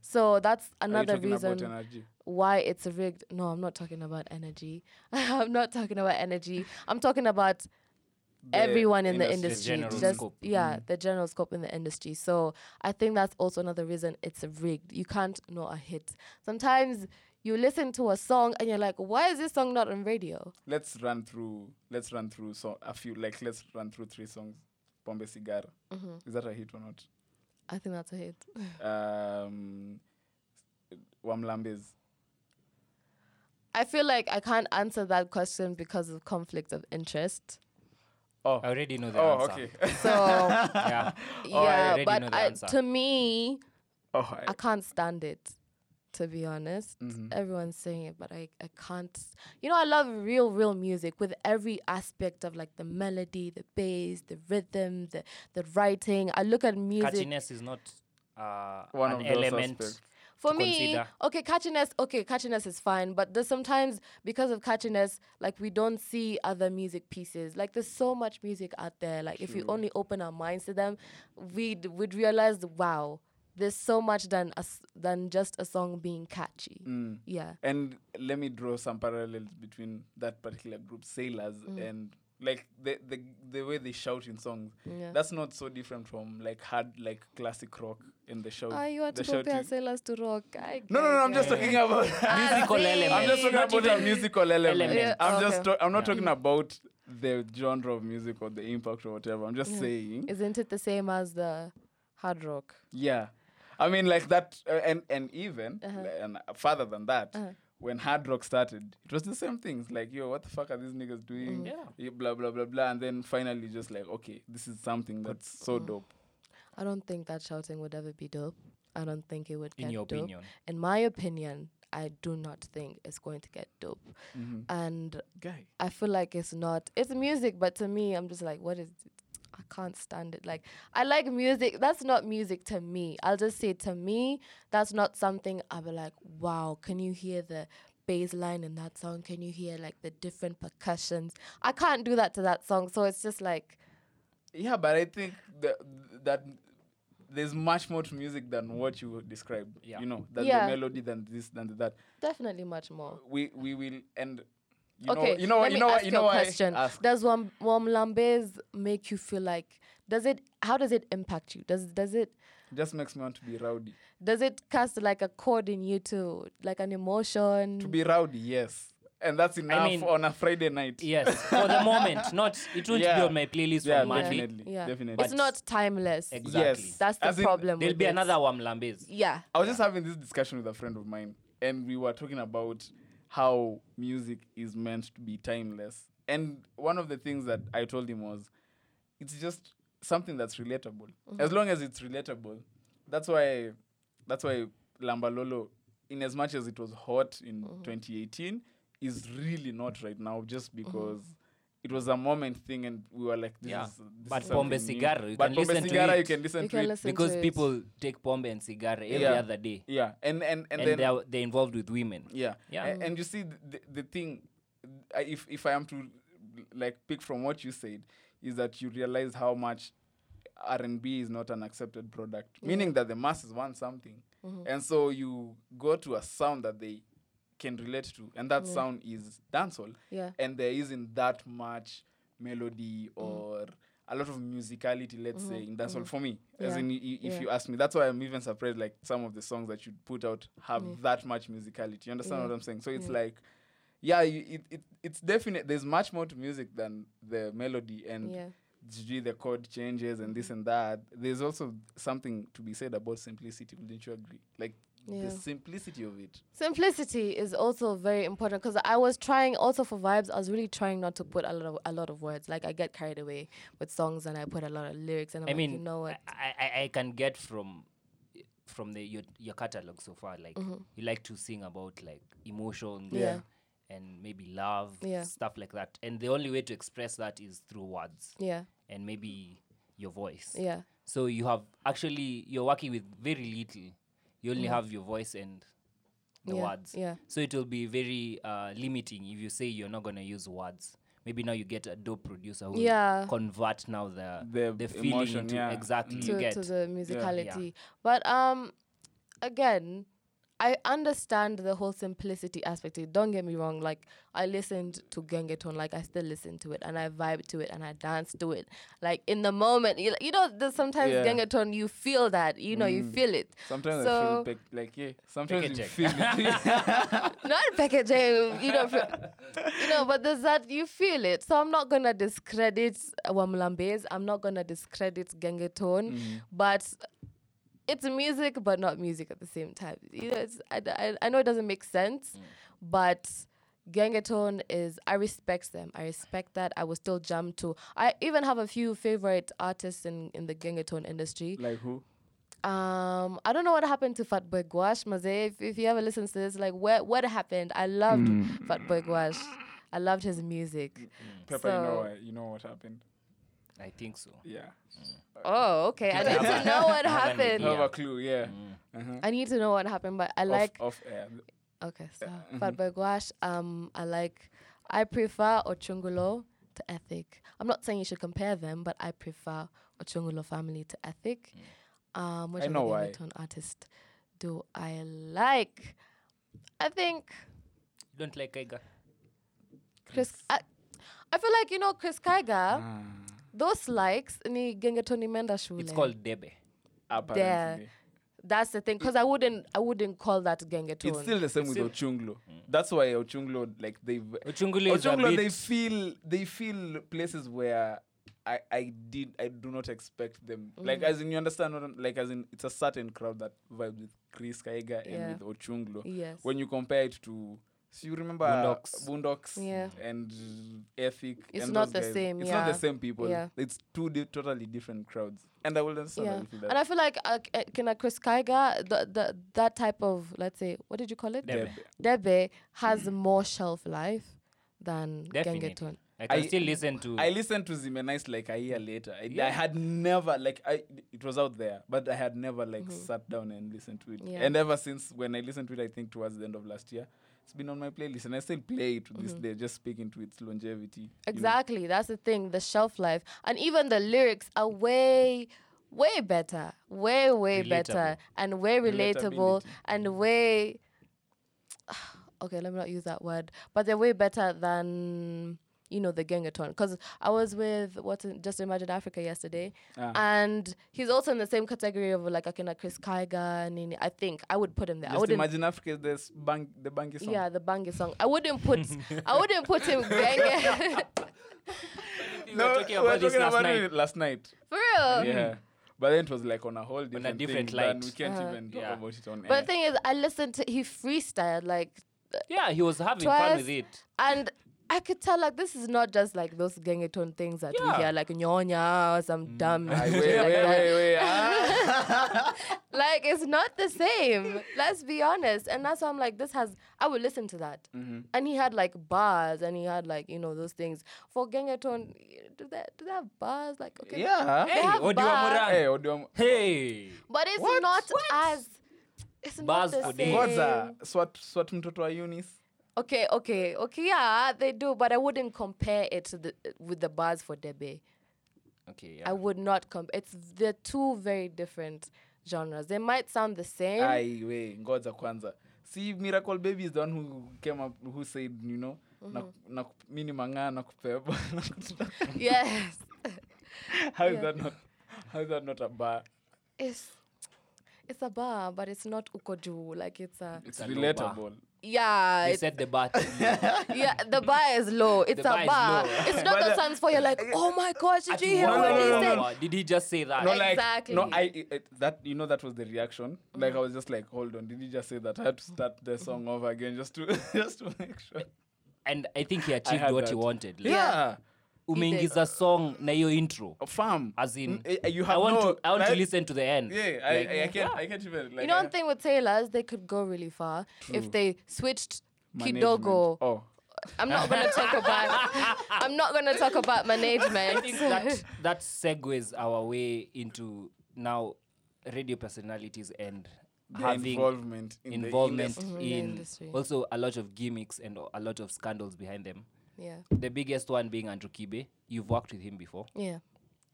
S3: So that's
S1: Mm-hmm. Are you
S3: another
S1: talking
S3: reason
S1: about energy
S3: why it's rigged. No, I'm not talking about energy. I'm not talking about energy. I'm talking about
S1: The
S3: everyone in the
S1: industry.
S2: The general
S3: industry. just,
S2: scope. Mm-hmm.
S3: Yeah, the general scope in the industry. So I think that's also another reason it's rigged. You can't know a hit. Sometimes you listen to a song and you're like, why is this song not on radio?
S1: let's run through let's run through so a few like let's run through three songs pombe cigara
S3: Mm-hmm.
S1: is that a hit or not
S3: I think that's a hit.
S1: um wamlambes
S3: I feel like I can't answer that question because of conflict of interest.
S1: oh
S2: I already know the
S1: oh
S2: answer.
S1: okay
S3: So
S2: Yeah.
S3: yeah,
S2: already know
S3: but
S2: the
S3: I,
S2: answer.
S3: to me,
S1: oh I,
S3: I can't stand it, to be honest. Everyone's saying it, but I, I can't. You know, I love real, real music with every aspect of like the melody, the bass, the rhythm, the, the writing. I look at music.
S2: Catchiness is not uh,
S1: One
S2: an
S1: of those
S2: element.
S1: aspects.
S3: For
S2: to
S3: me,
S2: consider.
S3: okay, catchiness, okay, catchiness is fine, but there's sometimes because of catchiness, like we don't see other music pieces. Like there's so much music out there. Like if we only open our minds to them, we'd would realize, wow, there's so much than us than just a song being catchy.
S1: Mm.
S3: Yeah.
S1: and let me draw some parallels between that particular group sailors
S3: Mm.
S1: and like the, the the way they shout in songs
S3: Yeah.
S1: that's not so different from like hard like classic rock and the shout
S3: Ah, you want
S1: Oh, the
S3: to compare
S1: shouting.
S3: sailors to rock? I
S1: no no no i'm just
S3: guess.
S1: talking
S3: Ah,
S1: about
S2: Musical
S3: see.
S2: element.
S1: I'm just talking
S2: Not
S1: about the
S2: even-
S1: musical element.
S2: element.
S3: Yeah,
S1: I'm just
S3: okay.
S1: ta- I'm not talking about the genre of music or the impact or whatever. I'm just saying,
S3: Isn't it the same as the hard rock?
S1: yeah. I mean, like that, uh, and and even
S2: Uh-huh.
S1: li- and uh, further than that. When hard rock started, it was the same things like, yo, what the fuck are these niggas doing?
S2: Mm. Yeah.
S1: Yeah, Blah, blah, blah, blah. And then finally, just like, okay, this is something that's
S2: Mm.
S1: so dope.
S3: I don't think that shouting would ever be dope. I don't think it would
S2: In
S3: get
S2: your
S3: dope.
S2: opinion.
S3: In my opinion, I do not think it's going to get dope.
S2: Mm-hmm.
S3: And
S1: Guy.
S3: I feel like it's not. It's music, but to me, I'm just like, what is? I can't stand it. Like, I like music. That's not music to me. I'll just say to me, that's not something I'll be like, wow. Can you hear the bass line in that song? Can you hear like the different percussions? I can't do that to that song. So it's just like,
S1: Yeah, but I think that, that there's much more to music than what you described.
S2: Yeah.
S1: You know, than
S3: Yeah.
S1: the melody, than this, than that.
S3: definitely much more.
S1: we we will end. You
S3: okay,
S1: know, you know,
S3: let
S1: what, you
S3: me
S1: know,
S3: ask
S1: what, you know,
S3: you a
S1: why I
S3: question.
S1: ask.
S3: Does Wam Wamlambes make you feel like? Does it? How does it impact you? Does does it?
S1: just makes me want to be rowdy.
S3: Does it cast like a chord in you too, like an emotion?
S1: To be rowdy, yes, and that's enough
S2: mean-
S1: on a Friday night.
S2: Yes, for the moment, not it won't be
S1: Yeah.
S2: on my playlist
S1: Yeah,
S2: on Monday.
S1: definitely,
S3: yeah,
S1: definitely.
S3: it's not timeless.
S2: Exactly.
S1: Yes,
S3: That's the
S1: As in,
S3: problem.
S2: There'll
S3: with
S2: be
S3: it.
S2: another Wamlambes.
S3: Yeah,
S1: I was just having this discussion with a friend of mine, and we were talking about how music is meant to be timeless. And one of the things that I told him was,
S2: Mm-hmm.
S1: it's just something that's relatable. As long as it's relatable, that's why that's why Lambalolo, in as much as it was hot in
S2: Mm-hmm.
S1: 2018, is really not right now just because it was a moment thing and we were like, this
S2: Mm-hmm. Yeah.
S1: is this
S2: But
S1: is something
S2: Pombe
S1: new.
S2: Cigaro, you
S1: but
S2: can
S1: Pombe
S2: listen to
S1: Cigaro,
S2: it.
S1: you can listen
S3: You
S1: to
S3: can
S1: it.
S3: listen
S2: because
S3: to it.
S2: people take pombe and cigar every
S1: Yeah.
S2: other day,
S1: Yeah, and and and,
S2: and,
S1: then
S2: they're they're involved with women.
S1: yeah,
S2: Yeah.
S1: A- and you see th- the, the thing, I- if if I am to like pick from what you said, is that you realize how much R and B is not an accepted product, meaning that the masses want something, and so you go to a sound that they can relate to, and that sound is dancehall,
S3: Yeah.
S1: and there isn't that much melody
S3: Mm.
S1: or a lot of musicality, let's say, in dancehall for me. As
S3: Mm-hmm. Yeah.
S1: in, i- i- if
S3: Yeah.
S1: you ask me, that's why I'm even surprised. Like some of the songs that you put out have that much musicality. You understand what I'm saying? So it's like, yeah, you, it, it it's definite. There's much more to music than the melody and
S3: Yeah. Mm-hmm.
S1: sijui the chord changes and this and that. There's also something to be said about simplicity. Wouldn't you agree? Like
S3: Yeah.
S1: the simplicity of it.
S3: Simplicity is also very important because I was trying also for vibes. I was really trying not to put a lot of a lot of words. Like I get carried away with songs and I put a lot of lyrics and I'm
S2: I
S3: like,
S2: mean,
S3: you know what?
S2: I, I I can get from from the your, your catalog so far. Like you like to sing about like emotions,
S3: Mm-hmm. Yeah.
S2: and maybe love,
S3: Yeah.
S2: stuff like that. And the only way to express that is through words
S3: Yeah,
S2: and maybe your voice.
S3: yeah,
S2: So you have actually you're working with very little. You only have your voice and the
S3: Yeah,
S2: words.
S3: yeah.
S2: So it will be very uh, limiting if you say you're not gonna use words. Maybe now you get a dope producer who will
S3: Yeah. Mm.
S2: convert now the
S1: The
S2: the, feeling
S1: emotion,
S2: into
S1: Mm. yeah.
S2: exactly you
S3: to,
S2: get.
S3: to the musicality. But um, again, I understand the whole simplicity aspect. of it. Don't get me wrong. Like I listened to Gengeton, like I still listen to it, and I vibe to it, and I dance to it. Like in the moment, you, you know, there's sometimes
S1: Yeah. Mm.
S3: Gengeton, you feel that, you know, you feel it.
S1: Sometimes I feel
S3: So-
S1: pec- like yeah. Sometimes you
S2: Peck-a-check.
S1: feel it.
S3: not packaging, you know, fr- you know, but there's that you feel it. So I'm not gonna discredit Wamlambes. I'm not gonna discredit Gengetone, but it's music, but not music at the same time. You know, it's, I, I, I know it doesn't make sense, but Gengetone is I respect them. I respect that. I will still jam to. I even have a few favorite artists in in the Gengetone industry.
S1: like who?
S3: Um, I don't know what happened to Fatboy Gwash, Maze. If, if you ever listen to this, like where what happened? I loved Fatboy Gwash. I loved his music.
S1: Mm, Pepper, you know
S3: So-
S1: why- you know what happened.
S2: I think so.
S1: Yeah.
S3: Oh, okay. I need to know
S1: I
S2: Have an
S3: what
S2: idea.
S3: happened.
S1: have a clue, yeah.
S3: I need to know what happened, but I like
S1: off, off air.
S3: okay, so
S1: Mm-hmm.
S3: Fatboy Gwash. Um, I like I prefer Ochungulo to Ethic. I'm not saying you should compare them, but I prefer Ochungulo family to Ethic. Um, which
S1: Mm. I know
S3: other
S1: why.
S3: reggaeton artist do I like? I think.
S2: You don't like Iga?
S3: Chris, I, I feel like you know Chris Kaiga.
S1: Ah.
S3: Those likes ni gengetoni menda shule.
S2: It's called Debe.
S1: Apparently.
S3: That's the thing, because I wouldn't, I wouldn't call that gengetoni.
S1: It's still the same with Ochunglo. That's why Ochunglo, like they,
S2: Ochungulo is a bit-
S1: they feel they feel places where I I did I do not expect them.
S3: Mm.
S1: Like as in you understand what I'm, like as in it's a certain crowd that vibes with Chris Kaiga
S3: Yeah.
S1: and with Ochunglo.
S3: Yes.
S1: When you compare it to so you remember
S2: Boondocks.
S1: Boondocks
S3: Yeah.
S1: and Ethic.
S3: It's
S1: and
S3: not
S1: those
S3: the
S1: guys.
S3: same,
S1: It's not the
S3: yeah.
S1: same people.
S3: Yeah.
S1: It's two di- totally different crowds. And I will understand.
S3: yeah,
S1: I feel that.
S3: and I feel like uh, K- uh, Kina Chris Kaiga, the, the that type of let's say, what did you call it?
S2: Debe.
S3: Debe has more shelf life than
S2: Definitely.
S3: gengetoni.
S2: I can
S1: I-
S2: still listen to
S1: I listened to Zimenice like a year later. I, I had never like I it was out there, but I had never like sat down and listened to it.
S3: Mm-hmm. Yeah.
S1: And ever since when I listened to it, I think towards the end of last year, it's been on my playlist, and I still play it to this day. Just speaking to its longevity. you know.
S3: Mm-hmm. Exactly. That's the thing. The shelf life and even the lyrics are way, way better, way way
S2: Relatable.
S3: better, and way relatable
S1: Relatability.
S3: and way. okay, let me not use that word, but they're way better than you know the gengaton. Because I was with what's in, just imagine Africa yesterday,
S1: Ah.
S3: and he's also in the same category of like Akina Chris Kaiga. Nini. I think I would put him there. I
S1: Just
S3: wouldn't
S1: imagine Africa, this bang, the bangy song.
S3: Yeah, the Bangi song. I wouldn't put I wouldn't put him Genge.
S2: We were talking about this last night.
S1: it last night.
S3: For real.
S1: Yeah. But then it was like on a whole different,
S2: different
S1: thing, then
S2: light.
S1: We can't even talk
S2: Yeah.
S1: about it on
S3: But
S1: air.
S3: the thing is, I listened to he freestyled like,
S2: Yeah, he was having fun
S3: Twice-
S2: with it.
S3: and I could tell like this is not just like those gengeton things that
S1: Yeah.
S3: we hear like nyonya or some dumb
S1: Aye,
S3: shit
S1: wait,
S3: like
S1: wait,
S3: that.
S1: wait, wait, ah.
S3: Like it's not the same. Let's be honest. And that's why I'm like, this has I would listen to that.
S1: Mm-hmm.
S3: And he had like bars and he had like, you know, those things. For gengeton, do they do they have bars? Like okay.
S1: Yeah.
S3: They have
S2: Odi
S3: bars,
S2: Wamorang.
S1: Hey, Odiom-
S2: Hey,
S3: But it's
S1: What?
S3: not as it's
S2: Bars
S3: not
S2: for
S3: the
S2: days.
S3: same.
S1: ngoja swat swat mtoto wa unis
S3: Okay, okay, okay. Yeah, they do, but I wouldn't compare it to the, with the bars for Debe.
S2: okay,
S3: I
S2: yeah.
S3: would not compare. It's they're two very different genres. They might sound the same.
S1: ai we ngoja kwanza si miracle baby is the one who came up who said you know na, na, mi ni mang'aa na kupeba
S3: yes,
S1: how, is that not, how is that not a bar
S3: it's it's a bar, but it's not ukoju. Like it's a
S1: it's,
S2: a low bar.
S1: relatable
S3: yeah,
S2: They
S3: it's,
S2: set the bar. too low.
S3: yeah. The bar is low. It's
S2: bar
S3: a
S2: is
S3: bar.
S2: low.
S3: It's not those times for you're like, oh my gosh, did
S2: At
S3: you hear
S2: one
S3: what he
S1: no, no,
S3: said?
S1: no.
S2: hour. Did he just say that?
S1: no like no
S3: Exactly. Mm.
S1: i it, it- that you know that was the reaction like i was just like hold on did you just say that i had to start the song over again just to just to make sure
S2: and I think he achieved
S1: had
S2: what
S1: that.
S2: he wanted. Like,
S1: yeah,
S2: Umeingiza song na hiyo intro.
S1: farm
S2: As in,
S1: Mm, eh, you
S2: I
S1: have
S2: want
S1: no,
S2: to, I want to
S1: like-
S2: listen to the end.
S1: yeah i, I, I can't i can't even like
S3: You know,
S1: I-
S3: one thing with tailors, they could go really far if they switched
S1: management.
S3: kidogo.
S1: oh
S3: I'm not gonna talk about. I'm not gonna talk about
S2: I
S3: management.
S2: think that that segues our way into now radio personalities and
S1: the
S2: having
S1: involvement in the
S2: involvement
S1: industry.
S3: Mhm, the
S2: in
S3: industry.
S2: also a lot of gimmicks and a lot of scandals behind them.
S3: yeah,
S2: The biggest one being Andrew Kibe. You've worked with him before,
S3: yeah.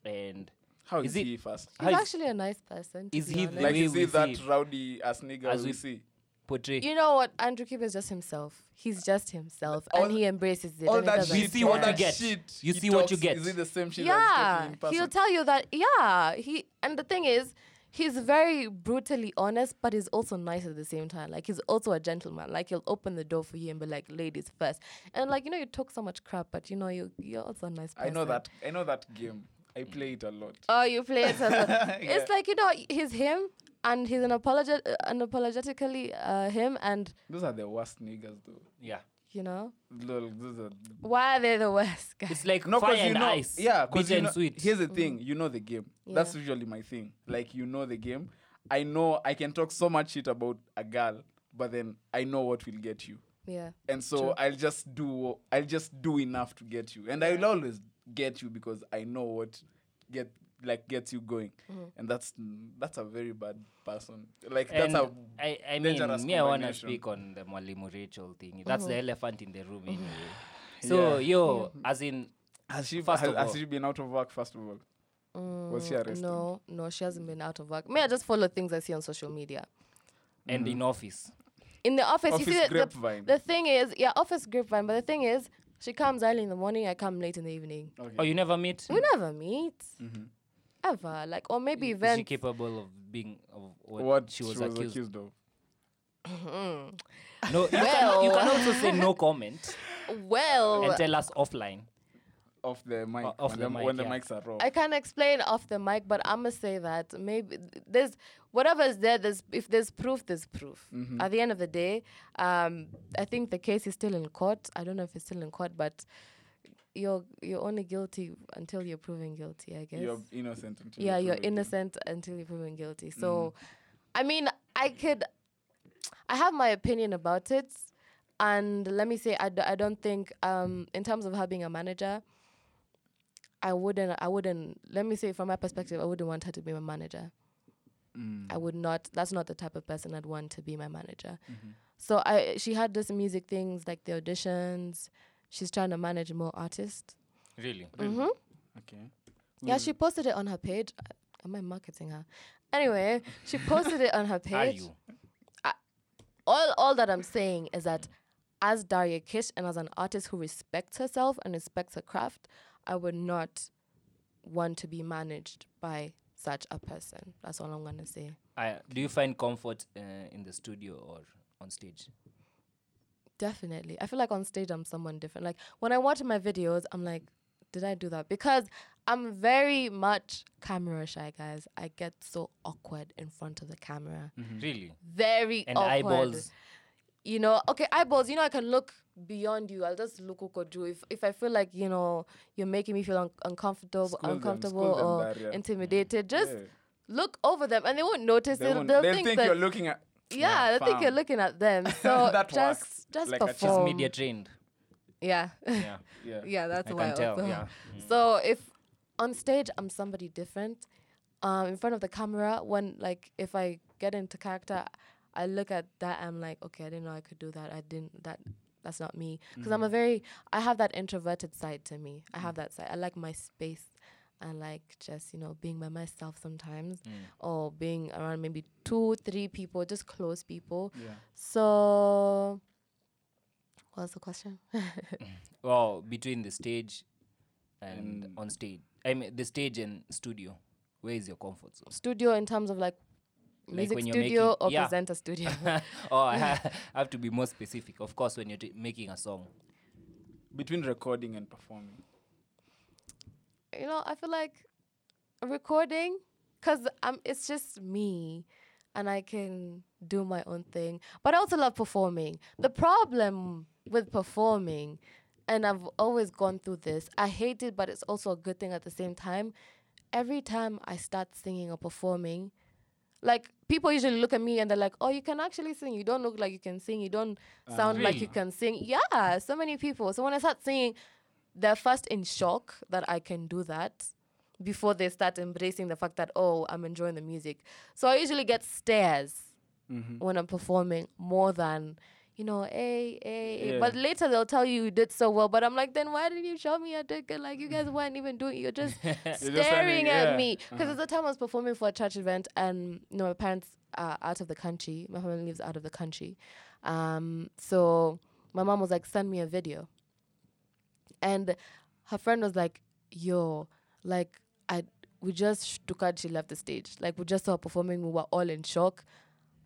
S2: and
S1: How is,
S2: Is it-
S1: he first?
S2: how
S3: He's
S2: is-
S3: actually a nice person. to
S2: is
S3: be
S2: he
S3: honest.
S2: the
S1: Like
S2: way
S1: is he
S2: we
S1: that
S2: see it.
S1: rowdy ass nigga
S2: As
S1: we,
S2: we-
S1: see?
S2: portray.
S3: You know what? Andrew Keep is just himself. He's just himself,
S1: All-
S3: and he embraces it.
S1: All
S3: and it
S1: that
S3: doesn't-
S1: shit,
S2: see
S1: all
S2: what you
S1: that
S2: get.
S1: Shit
S2: You
S1: he
S2: see what
S1: talks,
S2: you get.
S1: Is it the same shit? that
S3: Yeah,
S1: he's talking in
S3: he'll
S1: person?
S3: tell you that. Yeah, he. And the thing is, he's very brutally honest, but he's also nice at the same time. Like he's also a gentleman. Like he'll open the door for you and be like, "Ladies first. And like you know, you talk so much crap, but you know, you you're also a nice.
S1: I
S3: person.
S1: know that. I know that game. I play it a lot.
S3: Oh, you play it. so- so-
S1: Yeah.
S3: It's like you know, he's him, and he's an apologet- uh, unapologetically uh, him, and
S1: Those are the worst niggas though.
S2: yeah,
S3: you know,
S1: Lol, those are
S3: why are they the worst guys?
S2: it's like
S1: no,
S2: fire
S1: cause you
S2: and
S1: know,
S2: ice.
S1: yeah, cause
S2: bitter
S1: you
S2: and
S1: know,
S2: sweet.
S1: Here's the thing, you know the game. That's
S3: Mm. Yeah.
S1: usually my thing. Like you know the game. I know I can talk so much shit about a girl, but then I know what will get you.
S3: Yeah,
S1: and so I'll just do I'll just do enough to get you, and I'll always get you because I know what get like gets you going,
S3: Mm-hmm.
S1: and that's that's a very bad person. Like that's
S2: And
S1: a
S2: I, I
S1: dangerous
S2: mean, me, I want to
S1: combination.
S2: speak on the Mwalimu Rachel thing. That's
S3: Mm-hmm.
S2: the elephant in the room, anyway. So, yo, as in,
S1: has she
S2: First
S1: has,
S2: of all-
S1: has she been out of work first of all? Was she arrested?
S3: Mm, no, no, she hasn't been out of work. Me, I just follow things I see on social media.
S2: and in office.
S3: In the office, you see
S1: Office
S3: that the,
S1: grapevine.
S3: the thing is, yeah, office grapevine. But the thing is, she comes early in the morning. I come late in the evening.
S2: Oh, you never meet?
S3: We never meet. Ever like, or maybe
S2: Is she
S3: even
S2: capable of being of what,
S1: What
S2: she was accused?
S1: of?
S2: No, you, can, you can also say no comment and
S3: well.
S2: tell us offline.
S1: Off the mic.
S2: off
S1: when
S2: the mic,
S1: when the
S2: yeah.
S1: mics are raw.
S3: I can't explain off the mic, but I'ma say that maybe th- there's whatever's there. There's if there's proof, there's proof. At the end of the day, um, I think the case is still in court. I don't know if it's still in court, but you're you're only guilty until you're proven guilty. I guess.
S1: you're innocent. Until
S3: yeah, you're
S1: proven guilty.
S3: innocent until you're proven guilty. So, I mean, I could, I have my opinion about it, and let me say, I, d- I don't think, um, in terms of her being a manager, I wouldn't, I wouldn't. Let me say, from my perspective, I wouldn't want her to be my manager. I would not. That's not the type of person I'd want to be my manager. So I, she had this music things like the auditions. She's trying to manage more artists.
S2: Really?
S1: Okay.
S2: Hmm.
S3: Yeah, she posted it on her page. Uh, Am I marketing her? Anyway, she posted it on her page.
S2: Are you?
S3: All all that I'm saying is that as Daria Kish and as an artist who respects herself and respects her craft, I would not want to be managed by such a person. That's all I'm gonna say.
S2: I, do you find comfort uh, in the studio or on stage?
S3: Definitely. I feel like on stage I'm someone different. Like when I watch my videos, I'm like, did I do that? Because I'm very much camera shy, guys. I get so awkward in front of the camera.
S2: Mm-hmm. Really?
S3: Very
S2: And
S3: awkward.
S2: eyeballs.
S3: you know, okay, eyeballs, you know, I can look beyond you. I'll just look ukoju. If if I feel like, you know, you're making me feel un- uncomfortable,
S1: School them,
S3: uncomfortable
S1: school
S3: or
S1: them, Daria.
S3: intimidated, just
S1: Yeah.
S3: look over them and they won't notice.
S1: They
S3: They will
S1: won't-
S3: they'll
S1: they'll
S3: think,
S1: think
S3: that
S1: you're looking at.
S3: yeah, they'll think you're
S1: fam.
S3: looking at them. So
S1: That
S3: just
S1: works.
S3: just
S1: Like a chess
S2: She's
S3: perform.
S2: media trained.
S3: Yeah.
S2: Yeah.
S1: Yeah.
S3: yeah, that's
S2: I
S3: why.
S2: can tell.
S3: also.
S2: Yeah.
S3: So if on stage I'm somebody different, um, in front of the camera, when like if I get into character, I look at that. I'm like, okay, I didn't know I could do that. I didn't that. That's not me. Because I'm a very I have that introverted side to me. I have that side. I like my space. I like just you know being by myself sometimes, or being around maybe two, three people, just close people.
S1: Yeah.
S3: So, what was the question?
S2: Well, between the stage and
S1: And-
S2: on stage. I mean, the stage and studio. Where is your comfort zone?
S3: studio in terms of like music
S2: when you're
S3: studio
S2: making-
S3: or
S2: yeah.
S3: presenter studio.
S2: oh, I ha- I have to be more specific. Of course, when you're t- making a song.
S1: Between recording and performing.
S3: you know, I feel like recording because um, it's just me and I can do my own thing. But I also love performing. The problem with performing, and I've always gone through this, I hate it, but it's also a good thing at the same time. Every time I start singing or performing, like people usually look at me and they're like, "Oh, you can actually sing. You don't look like you can sing. You don't sound like you
S2: Really?
S3: can sing." Yeah, so many people. So when I start singing, they're first in shock that I can do that before they start embracing the fact that oh, I'm enjoying the music. So I usually get stares when I'm performing more than you know, hey, hey, hey.
S1: Yeah.
S3: But later they'll tell you you did so well. But I'm like, then why didn't you show me I did good? Like you guys weren't even doing. You're just
S1: just
S3: staring
S1: standing, Mm-hmm.
S3: at
S1: yeah.
S3: me because at the time I was performing for a church event, and you know my parents are out of the country. My family lives out of the country, um, so my mom was like, "Send me a video," and her friend was like, "Yo, like I we just took her. She left the stage. Like we just saw her performing. We were all in shock,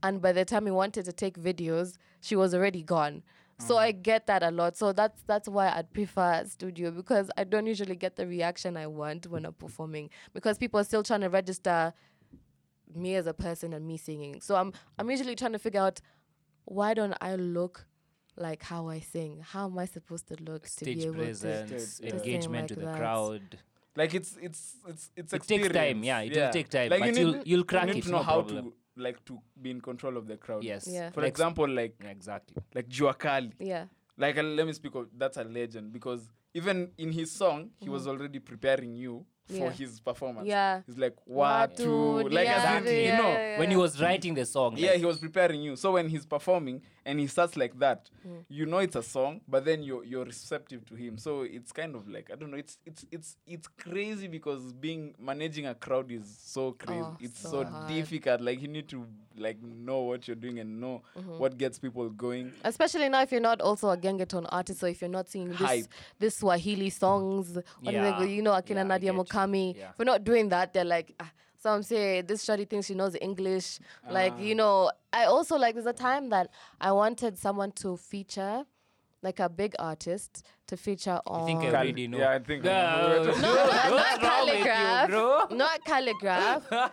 S3: and by the time we wanted to take videos, she was already gone." So I get that a lot. So that's that's why I'd prefer studio because I don't usually get the reaction I want when I'm performing because people are still trying to register me as a person and me singing. So I'm I'm usually trying to figure out why don't I look like how I sing? How am I supposed to look to
S2: Stage
S3: be able to?
S2: presence,
S1: Stage, yeah.
S2: engagement
S3: Like
S2: to the
S3: that.
S2: crowd.
S1: Like it's it's it's it's
S2: It takes time,
S1: experience.
S2: yeah, it will take time,
S1: Like
S2: but
S1: you
S2: you'll-
S1: need,
S2: you'll crack
S1: you need
S2: it,
S1: To know
S2: no
S1: how
S2: problem.
S1: to like to be in control of the crowd.
S2: Yes.
S3: Yeah.
S1: For
S2: Like-
S1: example, like
S2: Exactly.
S1: like Juakali.
S3: Yeah,
S1: Like uh, let me speak of that's a legend because even in his song he was already preparing you for
S3: Mm-hmm. Yeah.
S1: his performance.
S3: Yeah.
S1: He's like one
S3: Watu,
S1: two like as in,
S2: Exactly.
S1: you
S3: yeah,
S1: know
S3: yeah,
S2: When he was writing the song.
S1: Yeah,
S2: like,
S1: he was preparing you. So when he's performing and he starts like that,
S3: Mm.
S1: you know it's a song, but then you're you're receptive to him. So it's kind of like I don't know. It's it's it's it's crazy because being managing a crowd is so crazy.
S3: Oh,
S1: it's
S3: so
S1: so,
S3: hard.
S1: difficult. Like you need to like know what you're doing and know
S3: Mm-hmm.
S1: what gets people going.
S3: especially now if you're not also a gengeton artist, so if you're not singing this
S1: Hype.
S3: this Swahili songs, or
S2: Yeah,
S3: you know Akina
S2: yeah, I
S3: Nadia
S2: get you,
S3: Mukami,
S2: yeah.
S3: if you're not doing that, they're like, ah, some say this shawty thinks she knows English. Like
S2: Ah.
S3: you know, I also like there's a time that I wanted someone to feature, like a big artist to feature on.
S2: think I
S1: Cal-
S2: already know.
S1: Yeah, I think.
S2: No,
S1: we were
S3: No,
S1: talking-
S3: not, not
S2: wrong with you,
S3: calligraph.
S2: bro?
S3: Not calligraph.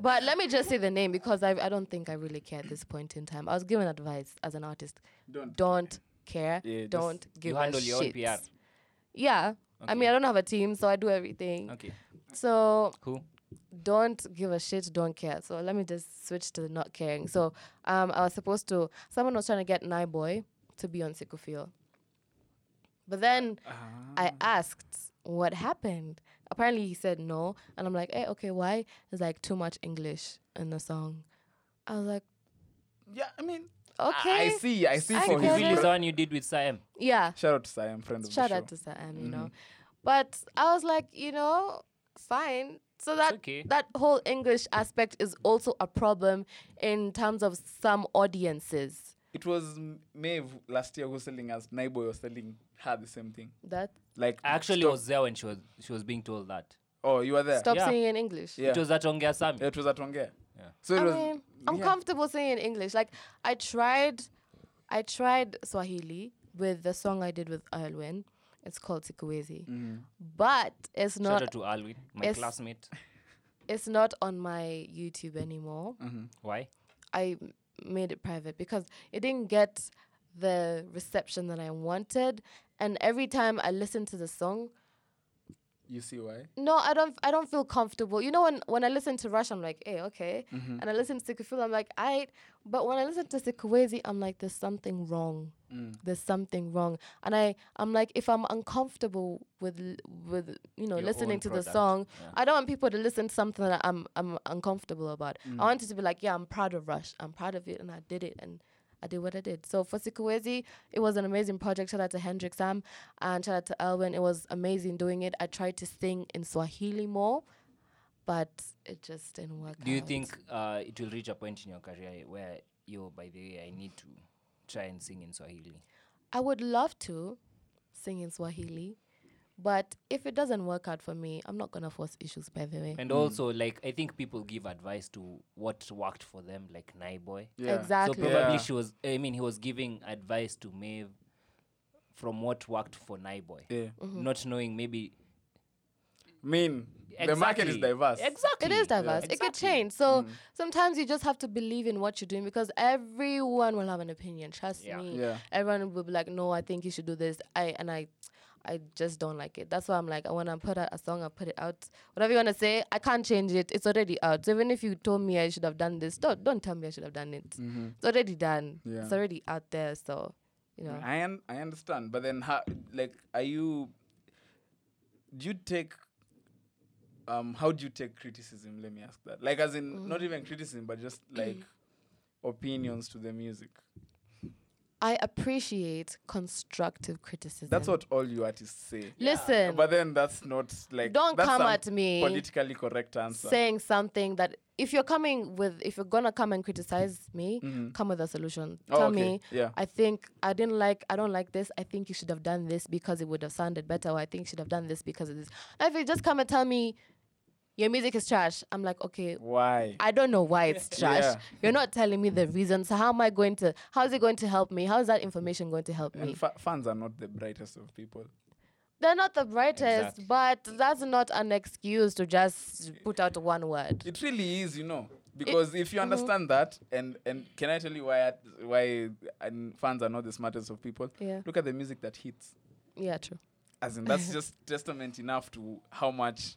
S3: but let me just say the name because I, I don't think I really care at this point in time. I was given advice as an artist.
S1: Don't.
S3: care.
S1: Yeah, just-
S3: don't give
S2: you
S3: a
S2: handle your own
S3: shit.
S2: PR.
S3: Yeah. I
S2: Okay.
S3: mean, I don't have a team, so I do everything.
S2: Okay.
S3: So
S2: Cool.
S3: don't give a shit, don't care. So let me just switch to not caring. So um, I was supposed to, someone was trying to get Nai Boy to be on Sickle Field. But then
S1: Ah.
S3: I asked what happened. Apparently he said no. And I'm like, hey, okay, why? It's like too much English in the song. I was like,
S1: yeah, I mean. I, I
S3: okay.
S1: see. I see
S3: I
S1: for his.
S3: get it.
S2: Really,
S1: bro-
S2: the one you did with Siam.
S3: Yeah.
S1: Shout out to Siam, friend of
S3: Shout
S1: the show.
S3: out to Sam, you know.
S2: Mm-hmm.
S3: But I was like, you know, fine. So that
S2: okay.
S3: that whole English aspect is also a problem in terms of some audiences.
S1: It was M- Maeve last year who was selling us. Naiboy was selling her the same thing.
S3: That
S1: Like
S2: I actually
S1: stop-
S2: was there when she was she was being told that.
S1: Oh, you were there.
S3: stop
S2: Yeah.
S3: singing in English.
S1: Yeah.
S2: It was at Ongea Summit.
S1: Yeah, It was at Ongea.
S2: Yeah.
S1: So it
S3: I
S1: was.
S3: mean, I'm
S1: yeah.
S3: comfortable singing in English. Like I tried, I tried Swahili with the song I did with Alwyn. It's called Sikuwezi, but it's
S2: Mm-hmm. Shout
S3: not
S2: out to Alwin, my
S3: Yes.
S2: classmate.
S3: it's not on my YouTube anymore.
S2: Why?
S3: I made it private because it didn't get the reception that I wanted. And every time I listened to the song,
S1: You see why?
S3: no, I don't. I don't feel comfortable. You know, when when I listen to Rush, I'm like, hey, okay.
S2: Mm-hmm.
S3: And I listen to Sikufil, I'm like, I. But when I listen to Sikuwezi, I'm like, there's something wrong.
S2: Mm.
S3: There's something wrong. And I, I'm like, if I'm uncomfortable with l- with you know
S2: Your
S3: listening
S2: own
S3: to the
S2: product,
S3: song,
S2: yeah.
S3: I don't want people to listen to something that I'm I'm uncomfortable about.
S2: Mm.
S3: I want it to be like, yeah, I'm proud of Rush. I'm proud of it, and I did it, and I did what I did. So for Sikuwezi, it was an amazing project. Shout out to Hendrik Sam and shout out to Elwin. It was amazing doing it. I tried to sing in Swahili more, but it just didn't work.
S2: Do you
S3: out.
S2: think uh, it will reach a point in your career where yo, by the way, I need to try and sing in Swahili?
S3: I would love to sing in Swahili, but if it doesn't work out for me, I'm not gonna force issues. By the way,
S2: And also, like, I think people give advice to what worked for them, like Naiboy.
S1: Yeah.
S3: exactly.
S2: So probably
S1: Yeah.
S2: she was. I mean, he was giving advice to Maeve from what worked for Naiboy,
S1: Yeah.
S3: Mm-hmm.
S2: not knowing maybe
S1: mean, the market is
S2: Exactly.
S1: diverse.
S2: Exactly,
S3: It is diverse. It could
S2: Exactly.
S3: change.
S1: Mm.
S3: So sometimes you just have to believe in what you're doing because everyone will have an opinion. Trust
S2: Yeah.
S3: me.
S1: Yeah.
S3: Everyone will be like, "No, I think you should do this." I and I, I just don't like it. That's why I'm like, when I put out a song, I put it out. Whatever you wanna say, I can't change it. It's already out. So even if you told me I should have done this, don't don't tell me I should have done it. It's already done.
S1: Mm-hmm. Yeah.
S3: It's already out there. So you know.
S1: I un- I understand, but then how? Like, are you? Do you take? Um, how do you take criticism? Let me ask that. Like, as
S3: Mm.
S1: in, not even criticism, but just like opinions to the music.
S3: I appreciate constructive criticism.
S1: That's what all you artists say.
S3: Listen.
S1: But then that's not like.
S3: Don't
S1: that's
S3: come
S1: some
S3: at me
S1: Politically correct answer.
S3: saying something that if you're coming with if you're gonna come and criticize me come with a solution
S1: Mm-hmm. Oh,
S3: tell
S1: okay.
S3: me
S1: Yeah.
S3: i think i didn't like i don't like this i think you should have done this because it would have sounded better or i think you should have done this because of this now if you just come and tell me your music is trash i'm like okay
S1: Why?
S3: I don't know why it's trash.
S1: Yeah.
S3: You're not telling me the reason. So how am I going to? How is it going to help me? How is that information going to help me?
S1: and fa- fans are not the brightest of people.
S3: They're not the brightest,
S2: Exactly.
S3: but that's not an excuse to just put out one word.
S1: It really is, you know, because if
S3: Mm-hmm.
S1: you understand that, and and can I tell you why I- why and fans are not the smartest of people?
S3: Yeah.
S1: Look at the music that hits.
S3: yeah, true.
S1: As in, that's just testament enough to how much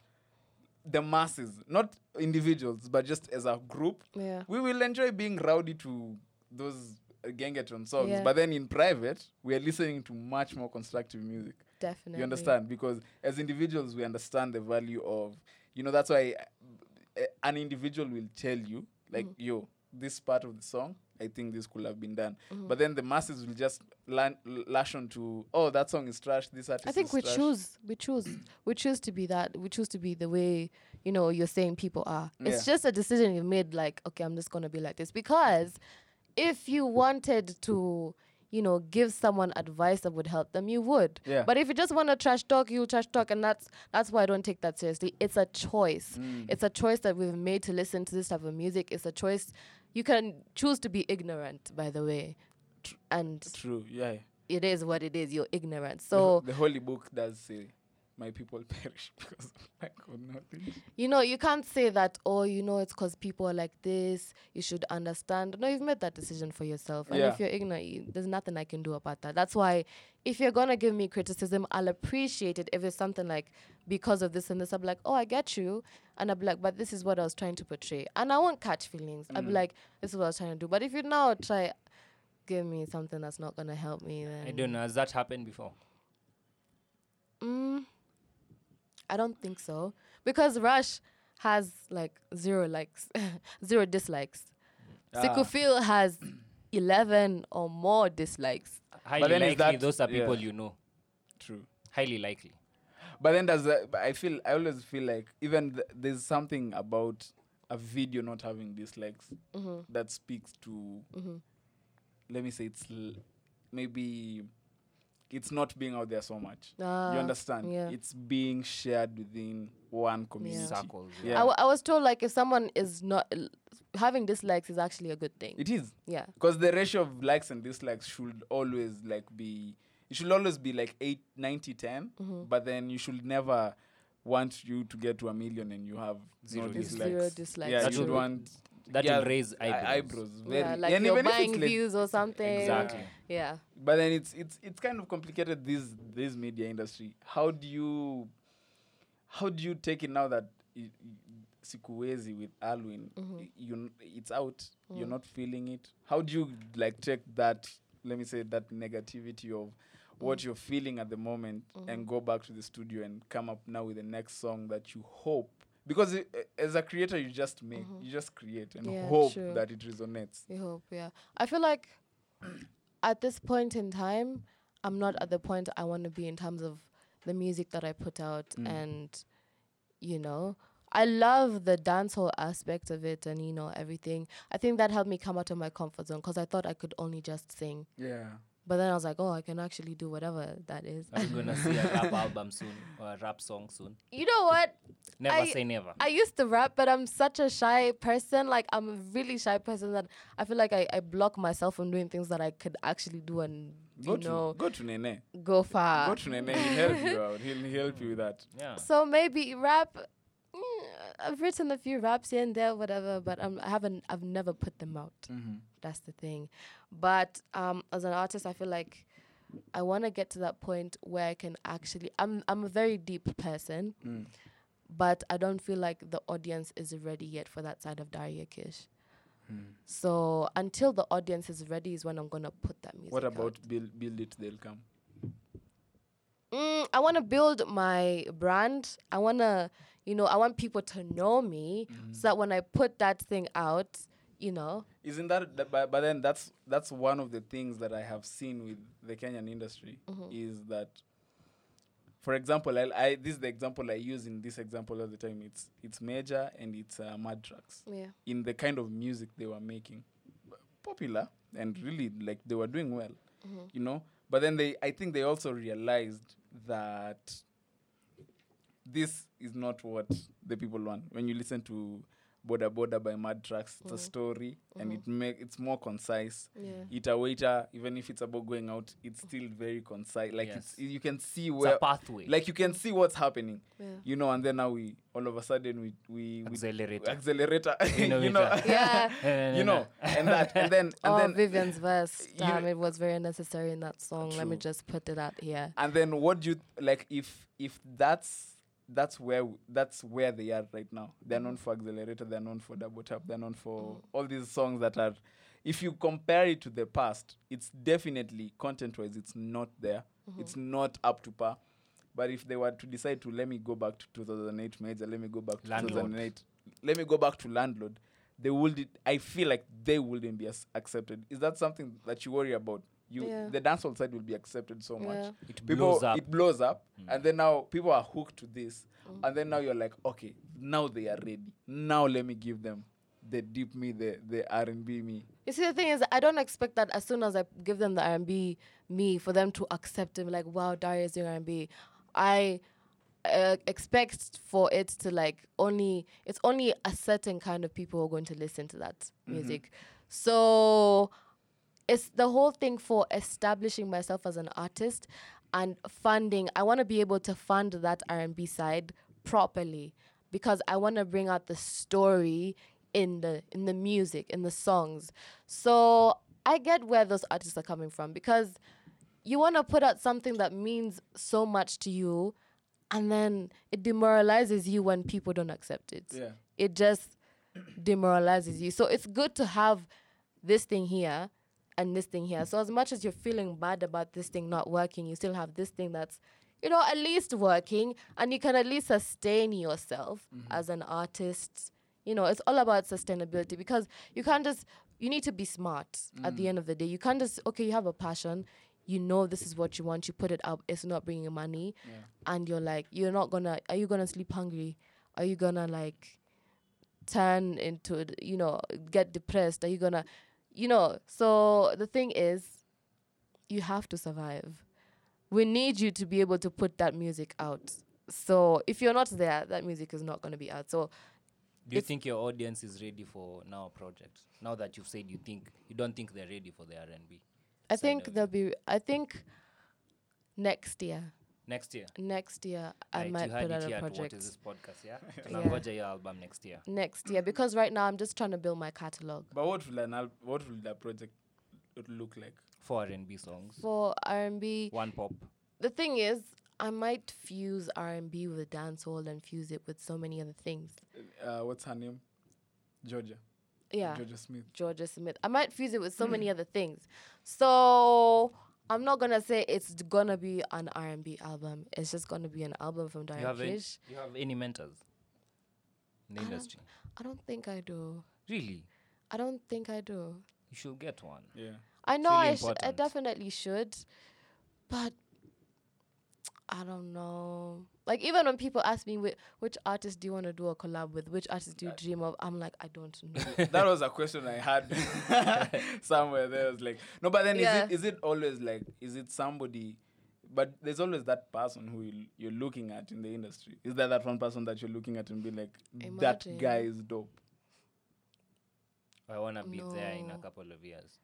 S1: the masses, not individuals, but just as a group,
S3: Yeah.
S1: we will enjoy being rowdy to those uh, gangetron songs.
S3: Yeah.
S1: But then in private, we are listening to much more constructive music.
S3: Definitely.
S1: You understand? Because as individuals, we understand the value of, you know, that's why uh, an individual will tell you, like,
S3: Mm-hmm.
S1: yo, this part of the song, I think this could have been done.
S3: Mm-hmm.
S1: But then the masses will just lan- lash on to, oh, that song is trash, this artist
S3: I think
S1: is
S3: we
S1: trash.
S3: choose, we choose, we choose to be that. We choose to be the way you know you're saying people are. It's
S1: Yeah.
S3: just a decision you've made. Like, okay, I'm just gonna be like this because if you wanted to, you know, give someone advice that would help them, you would.
S1: Yeah.
S3: But if you just want to trash talk, you trash talk, and that's that's why I don't take that seriously. It's a choice.
S1: Mm.
S3: It's a choice that we've made to listen to this type of music. It's a choice. You can choose to be ignorant, by the way, and
S1: True, yeah.
S3: it is what it is. You're ignorant.
S1: The ho-
S3: So.
S1: the holy book does say, "My people perish because of lack of knowledge."
S3: You know, you can't say that, oh, you know, it's because people are like this. You should understand. No, you've made that decision for yourself. And
S1: Yeah.
S3: if you're ignorant, you- there's nothing I can do about that. That's why if you're going to give me criticism, I'll appreciate it. If it's something like, because of this and this, I'll be like, oh, I get you. And I'll be like, but this is what I was trying to portray. And I won't catch feelings. I'll be like, this is what I was trying to do. But if you now try, give me something that's not going to help me, then
S2: I don't know. Has that happened before?
S3: Mm, I don't think so because Rush has like zero likes, zero dislikes.
S1: Ah.
S3: Sikufil has eleven or more dislikes.
S2: Highly
S1: then is
S2: likely,
S1: that-
S2: those are
S1: yeah.
S2: people you know.
S1: True.
S2: Highly likely.
S1: But then does that, but I feel I always feel like even th- there's something about a video not having dislikes
S3: Mm-hmm.
S1: that speaks to let me say it's l- maybe it's not being out there so much.
S3: Ah,
S1: you understand?
S3: yeah.
S1: It's being shared within one community.
S2: Circles, yeah.
S3: I, w- I was told like if someone is not having dislikes is actually a good thing.
S1: it is.
S3: yeah.
S1: because the ratio of likes and dislikes should always like be it should always be like 8 90 10
S3: Mm-hmm.
S1: but then you should never want you to get to a million and you have
S2: Zero
S1: no
S2: dislikes.
S1: dislikes
S3: Zero dislikes.
S1: yeah
S2: That
S1: you
S2: would-
S1: want
S2: That
S1: yeah,
S2: will raise
S1: eye-
S2: eyebrows.
S1: eyebrows. Very,
S3: yeah, like
S1: and
S3: you're
S1: even if
S3: buying
S1: it's lit-
S3: views or something.
S2: Exactly.
S3: Yeah.
S1: but then it's it's it's kind of complicated this this media industry how do you how do you take it now that i- i- sikuwezi with alwin
S3: Mm-hmm.
S1: y- you n- it's out
S3: Mm.
S1: you're not feeling it how do you like check that let me say that negativity of
S3: Mm.
S1: what you're feeling at the moment
S3: Mm-hmm.
S1: and go back to the studio and come up now with the next song that you hope because i- a- as a creator you just make you just create and
S3: Mm-hmm. Yeah,
S1: hope
S3: true.
S1: that it resonates
S3: We hope, yeah. I feel like at this point in time, I'm not at the point I want to be in terms of the music that I put out and you know, I love the dancehall aspect of it and you know everything. I think that helped me come out of my comfort zone because I thought I could only just sing.
S1: yeah
S3: But then I was like, oh, I can actually do whatever that is.
S2: Are we gonna see a rap album soon or a rap song soon?
S3: you know what?
S2: Never
S3: I-
S2: say never.
S3: I used to rap, but I'm such a shy person. Like I'm a really shy person that I feel like I, I block myself from doing things that I could actually do and
S1: go
S3: you
S1: to
S3: know
S1: go to nene
S3: go far.
S1: Go to Nene, he'll help you out. He'll he'll help you with that.
S2: yeah.
S3: so maybe rap. mm, I've written a few raps here and there, whatever, but um, I haven't. I've never put them out.
S1: Mm-hmm.
S3: That's the thing. But um, as an artist, I feel like I want to get to that point where I can actually. I'm. I'm a very deep person,
S1: Mm.
S3: but I don't feel like the audience is ready yet for that side of Daria Kish.
S1: Hmm.
S3: So until the audience is ready is when I'm gonna put that music.
S1: What
S3: out.
S1: about build build it? They'll come.
S3: mm, I want to build my brand. I want to, you know, I want people to know me
S1: Mm-hmm.
S3: so that when I put that thing out, you know,
S1: Isn't that? that- But, but then that's that's one of the things that I have seen with the Kenyan industry is that. For example, I, I this is the example I use in this example all the time. It's it's major and it's uh, madrax.
S3: Yeah.
S1: In the kind of music they were making, popular and really like they were doing well,
S3: Mm-hmm.
S1: you know. But then they, I think they also realized that this is not what the people want. When you listen to Border Border by Mad Tracks, it's a story and it make it's more concise.
S3: Mm-hmm. Yeah.
S1: It a waiter, even if it's about going out, it's still very concise. Like it's
S2: Yes.
S1: you can see
S2: It's
S1: where
S2: a pathway.
S1: like you can see what's happening.
S3: Yeah.
S1: You know, and then now we all of a sudden we we we-
S2: Accelerator.
S1: accelerator. you know,
S2: Innovator.
S3: yeah.
S1: you know, and that and then and
S3: oh,
S1: then
S3: Vivian's verse.
S1: you-
S3: Damn, it was very necessary in that song. Let me
S1: True.
S3: just put it out here.
S1: and then what do you like if if that's that's where w- that's where they are right now they're known for accelerator they're known for double tap they're known
S3: Mm.
S1: for all these songs that are if you compare it to the past it's definitely content wise it's not there
S3: Mm-hmm.
S1: it's not up to par but if they were to decide to let me go back to 2008 major let me go back to
S2: Landlord.
S1: 2008 let me go back to landlord they would i feel like they wouldn't be as accepted is that something that you worry about you
S3: Yeah.
S1: the dancehall side will be accepted so much
S3: Yeah.
S2: It
S1: people,
S2: blows up.
S1: It blows up, Mm. and then now people are hooked to this, and then now you're like, okay, now they are ready. Now let me give them the deep me, the the R and B me.
S3: You see, the thing is, I don't expect that as soon as I give them the R&B me for them to accept it. Like, wow, Daria is doing R&B. I uh, expect for it to like only it's only a certain kind of people who are going to listen to that music. So it's the whole thing for establishing myself as an artist and funding. I want to be able to fund that R&B side properly because I want to bring out the story in the in the music, in the songs. So I get where those artists are coming from because you want to put out something that means so much to you and then it demoralizes you when people don't accept it.
S1: Yeah.
S3: It just demoralizes you. So it's good to have this thing here and this thing here. So as much as you're feeling bad about this thing not working, you still have this thing that's, you know, at least working and you can at least sustain yourself as an artist. You know, it's all about sustainability because you can't just you need to be smart at the end of the day. You can't just okay, you have a passion, you know this is what you want, you put it up, it's not bringing you money and you're like you're not going to are you going to sleep hungry? Are you going to like turn into d- you know get depressed are you gonna you know so the thing is you have to survive we need you to be able to put that music out so if you're not there that music is not going to be out so
S2: Do you
S3: It's-
S2: think your audience is ready for now project? Now that you've said you think you don't think they're ready for the R and B.
S3: i
S2: Side
S3: think
S2: of
S3: there'll be i think next year
S2: next year.
S3: next year I
S2: Right, E
S3: might
S2: you had
S3: put
S2: it
S3: out a
S2: here at What
S3: project.
S2: is this podcast? Yeah,
S3: Yeah.
S2: tunangoja your album next year.
S3: Next year, because right now I'm just trying to build my catalog
S1: But what will an al- what will that project look like?
S2: Four R&B songs,
S3: for R&B.
S2: one pop.
S3: The thing is, I might fuse R&B with dancehall and fuse it with so many other things.
S1: Uh, what's her name? Georgia.
S3: Yeah.
S1: Georgia Smith.
S3: Georgia Smith. I might fuse it with so many other things. So I'm not gonna say it's d- gonna be an R&B album. It's just gonna be an album from
S2: You
S3: Diane
S2: have any,
S3: Kish.
S2: you have any mentors in the
S3: I don't-
S2: industry?
S3: I don't think I do.
S2: Really,
S3: I don't think I do.
S2: you should get one.
S1: Yeah.
S3: I know
S2: really
S3: I, sh- I
S2: important.
S3: definitely should, but I don't know. Like even when people ask me which, which artist do you want to do a collab with, which artist do you dream of, I'm like I don't know.
S1: that was a question I had somewhere. There I was like, no, but then
S3: Yeah.
S1: is it is it always like is it somebody? But there's always that person who you, you're looking at in the industry. Is that that one person that you're looking at and be like,
S3: Imagine.
S1: that guy is dope?
S2: I wanna be there in a
S3: No.
S2: couple of years.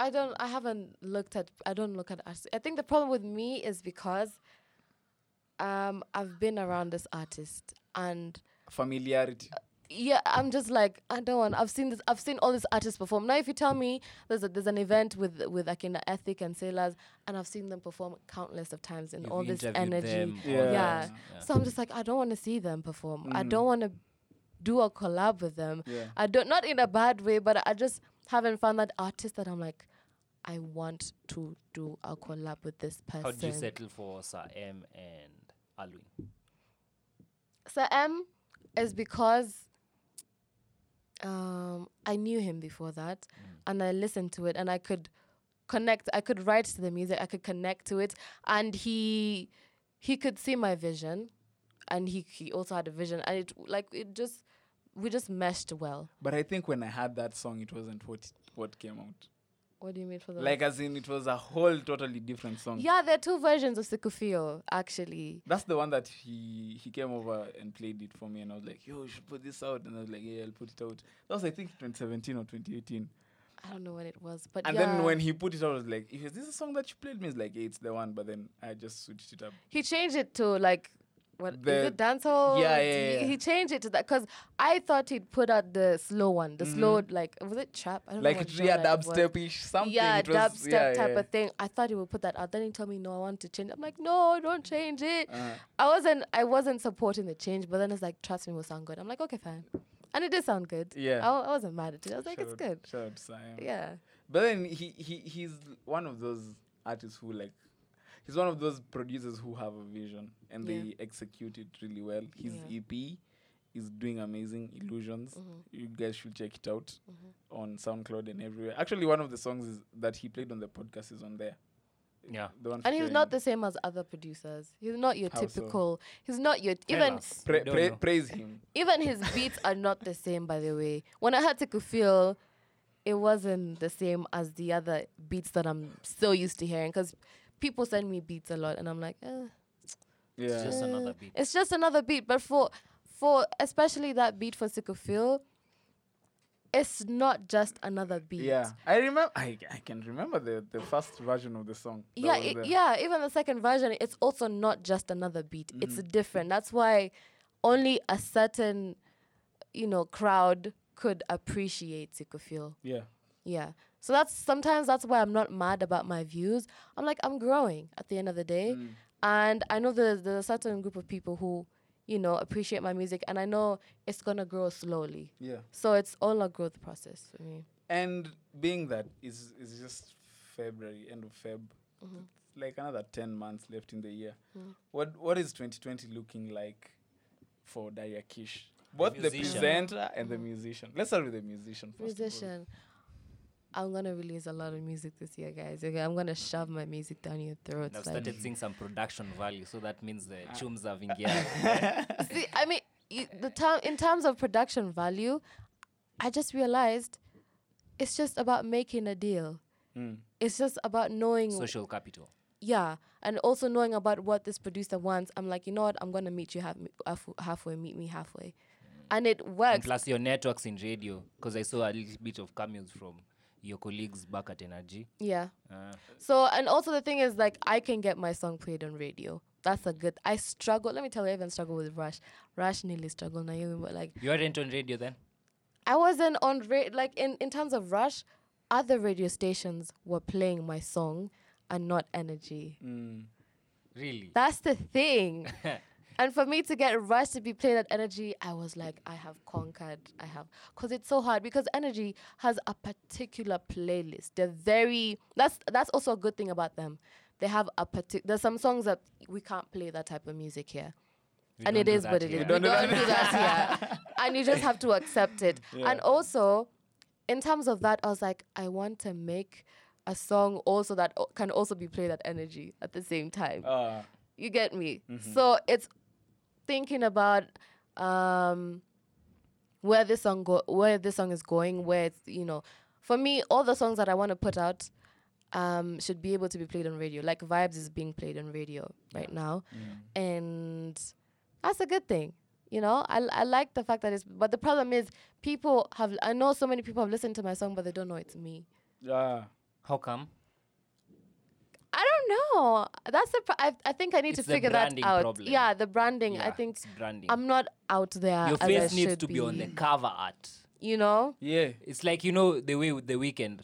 S3: I don't. I haven't looked at. I don't look at artists. I think the problem with me is because um I've been around this artist and
S1: Familiarity.
S3: yeah, I'm just like I don't want. I've seen this. I've seen all these artists perform. Now, if you tell me there's a, there's an event with with Akina Ethic and Sailors, and I've seen them perform countless of times in
S2: You've
S3: all this
S2: interviewed
S3: energy.
S2: them, all
S1: Yeah. Mm.
S3: Yeah.
S2: that, yeah.
S3: So I'm just like I don't want to see them perform. I don't want to do a collab with them.
S1: Yeah.
S3: I don't not in a bad way, but I just haven't found that artist that I'm like, I want to do a collab with this person.
S2: How did you settle for Sir M and Alwin?
S3: Sir M is because um, I knew him before that,
S1: Mm.
S3: and I listened to it, and I could connect. I could write to the music. I could connect to it, and he he could see my vision, and he he also had a vision, and it like it just we just meshed well.
S1: But I think when I had that song, it wasn't what what came out.
S3: What do you mean for the
S1: Like as in, it was a whole totally different song.
S3: Yeah, there are two versions of Sikufio, actually.
S1: That's the one that he he came over and played it for me, and I was like, "Yo, you should put this out." And I was like, "Yeah, I'll put it out." That was I think 2017 or 2018.
S3: I don't know when it was, but
S1: And
S3: yeah.
S1: then when he put it out, I was like, "Is this a song that you played?" Me, it's like, yeah, "It's the one," but then I just switched it up.
S3: he changed it to like what is
S1: The-
S3: it dancehall?
S1: Yeah, yeah,
S3: He-
S1: yeah.
S3: He changed it to that because I thought he'd put out the slow one, the slow like was it trap? I don't know.
S1: Mm-hmm. Like
S3: what
S1: it, yeah,
S3: genre it was.
S1: dubstep-ish something.
S3: Yeah,
S1: it was,
S3: dubstep
S1: yeah,
S3: type
S1: yeah.
S3: of thing. I thought he would put that out. Then he told me no, I want to change. I'm like, no, don't change it.
S1: Uh-huh.
S3: I wasn't, I wasn't supporting the change. But then it's like, trust me, it will sound good. I'm like, okay, fine, and it did sound good.
S1: Yeah.
S3: I, wa- I wasn't mad at it. I was like,
S1: Shout
S3: it's
S1: out-
S3: good.
S1: Shout out to Siam.
S3: Yeah,
S1: But then he, he he's one of those artists who like he's one of those producers who have a vision and
S3: Yeah.
S1: they execute it really well. His
S3: Yeah. Mm-hmm.
S1: EP is doing amazing. Illusions. You guys should check it out on SoundCloud and everywhere. Actually, one of the songs is, that he played on the podcast is on there.
S2: Yeah.
S1: The one
S3: and he's not
S1: featuring
S3: the same as other producers. He's not your
S1: How so?
S3: typical. He's not your
S2: Tell
S3: even.
S2: us.
S1: pra-
S2: We don't
S1: pra-
S2: know.
S1: praise him.
S3: even his beats are not the same by the way when i had to feel it wasn't the same as the other beats that i'm so used to hearing because people send me beats a lot and i'm like eh,
S1: Yeah.
S2: It's just another
S3: eh,
S2: beat.
S3: it's just another beat but for for especially that beat for sick feel it's not just another beat
S1: yeah. I remember I, I can remember the, the first version of the song. that
S3: yeah,
S1: was
S3: it,
S1: there.
S3: yeah. Even the second version, it's also not just another beat. It's
S1: Mm-hmm.
S3: different. That's why only a certain, you know, crowd could appreciate Sikofil.
S1: Yeah.
S3: Yeah. So that's sometimes that's why I'm not mad about my views. I'm like I'm growing at the end of the day, and I know there's, there's a certain group of people who, you know, appreciate my music, and I know it's gonna grow slowly.
S1: Yeah.
S3: So it's all a growth process for me.
S1: And being that is is just February, end of Feb, it's
S3: Mm-hmm.
S1: like another ten months left in the year.
S3: Mm.
S1: What what is 2020 looking like for Daria Kish? Both the,
S2: musician.
S1: presenter and the musician. Let's start with the musician first. of all.
S3: Musician. I'm gonna release a lot of music this year, guys. Okay, I'm gonna shove my music down your throats.
S2: And I've
S3: like-
S2: started seeing some production value, so that means the chums are vingia.
S3: See, I mean, you, the term in terms of production value, I just realized it's just about making a deal.
S2: Mm.
S3: It's just about knowing,
S2: social capital.
S3: yeah, and also knowing about what this producer wants. I'm like, you know what? I'm gonna meet you half, half, halfway. Meet me halfway, and it
S2: Mm. And
S3: works.
S2: plus your networks in radio, because I saw a little bit of cameos from your colleagues back at Energy.
S3: Yeah.
S2: Uh,
S3: So and also the thing is like I can get my song played on radio. That's a good. I struggle. Let me tell you, I even struggle with Rush. Rush nearly struggled now, but like
S2: you weren't on radio then?
S3: I wasn't on ra- like in in terms of Rush, other radio stations were playing my song, and not Energy.
S2: Really?
S3: That's the thing. and for me to get Rush to be played at Energy, I was like, I have conquered. I have. Because it's so hard. Because Energy has a particular playlist. They're very. That's that's also a good thing about them. They have a particular. There's some songs that we can't play that type of music here.
S2: We
S3: and
S2: don't
S3: it
S2: do
S3: is
S2: that
S3: what it is.
S2: here.
S3: We don't do that here. And you just have to accept it. And also, in terms of that, I was like, I want to make a song also that o- can also be played at energy at the same time.
S1: Uh,
S3: You get me?
S2: Mm-hmm.
S3: So it's thinking about um, where this song go, where this song is going, where it's you know, for me, all the songs that I want to put out um, should be able to be played on radio. Like Vibes is being played on radio right now,
S2: Mm.
S3: and that's a good thing. You know, I, I like the fact that it's, but the problem is people have, I know so many people have listened to my song, but they don't know it's me.
S1: yeah.
S2: How come?
S3: I don't know. That's the. Pr- I, I think I need
S2: It's
S3: to
S2: the
S3: figure that
S2: branding
S3: out.
S2: problem.
S3: Yeah, the branding. I
S2: Yeah,
S3: think
S2: it's branding.
S3: I'm not out there.
S2: Your
S3: as I
S2: face needs
S3: should
S2: to be. on the cover art.
S3: You know.
S1: Yeah.
S2: It's like you know the way with the weekend,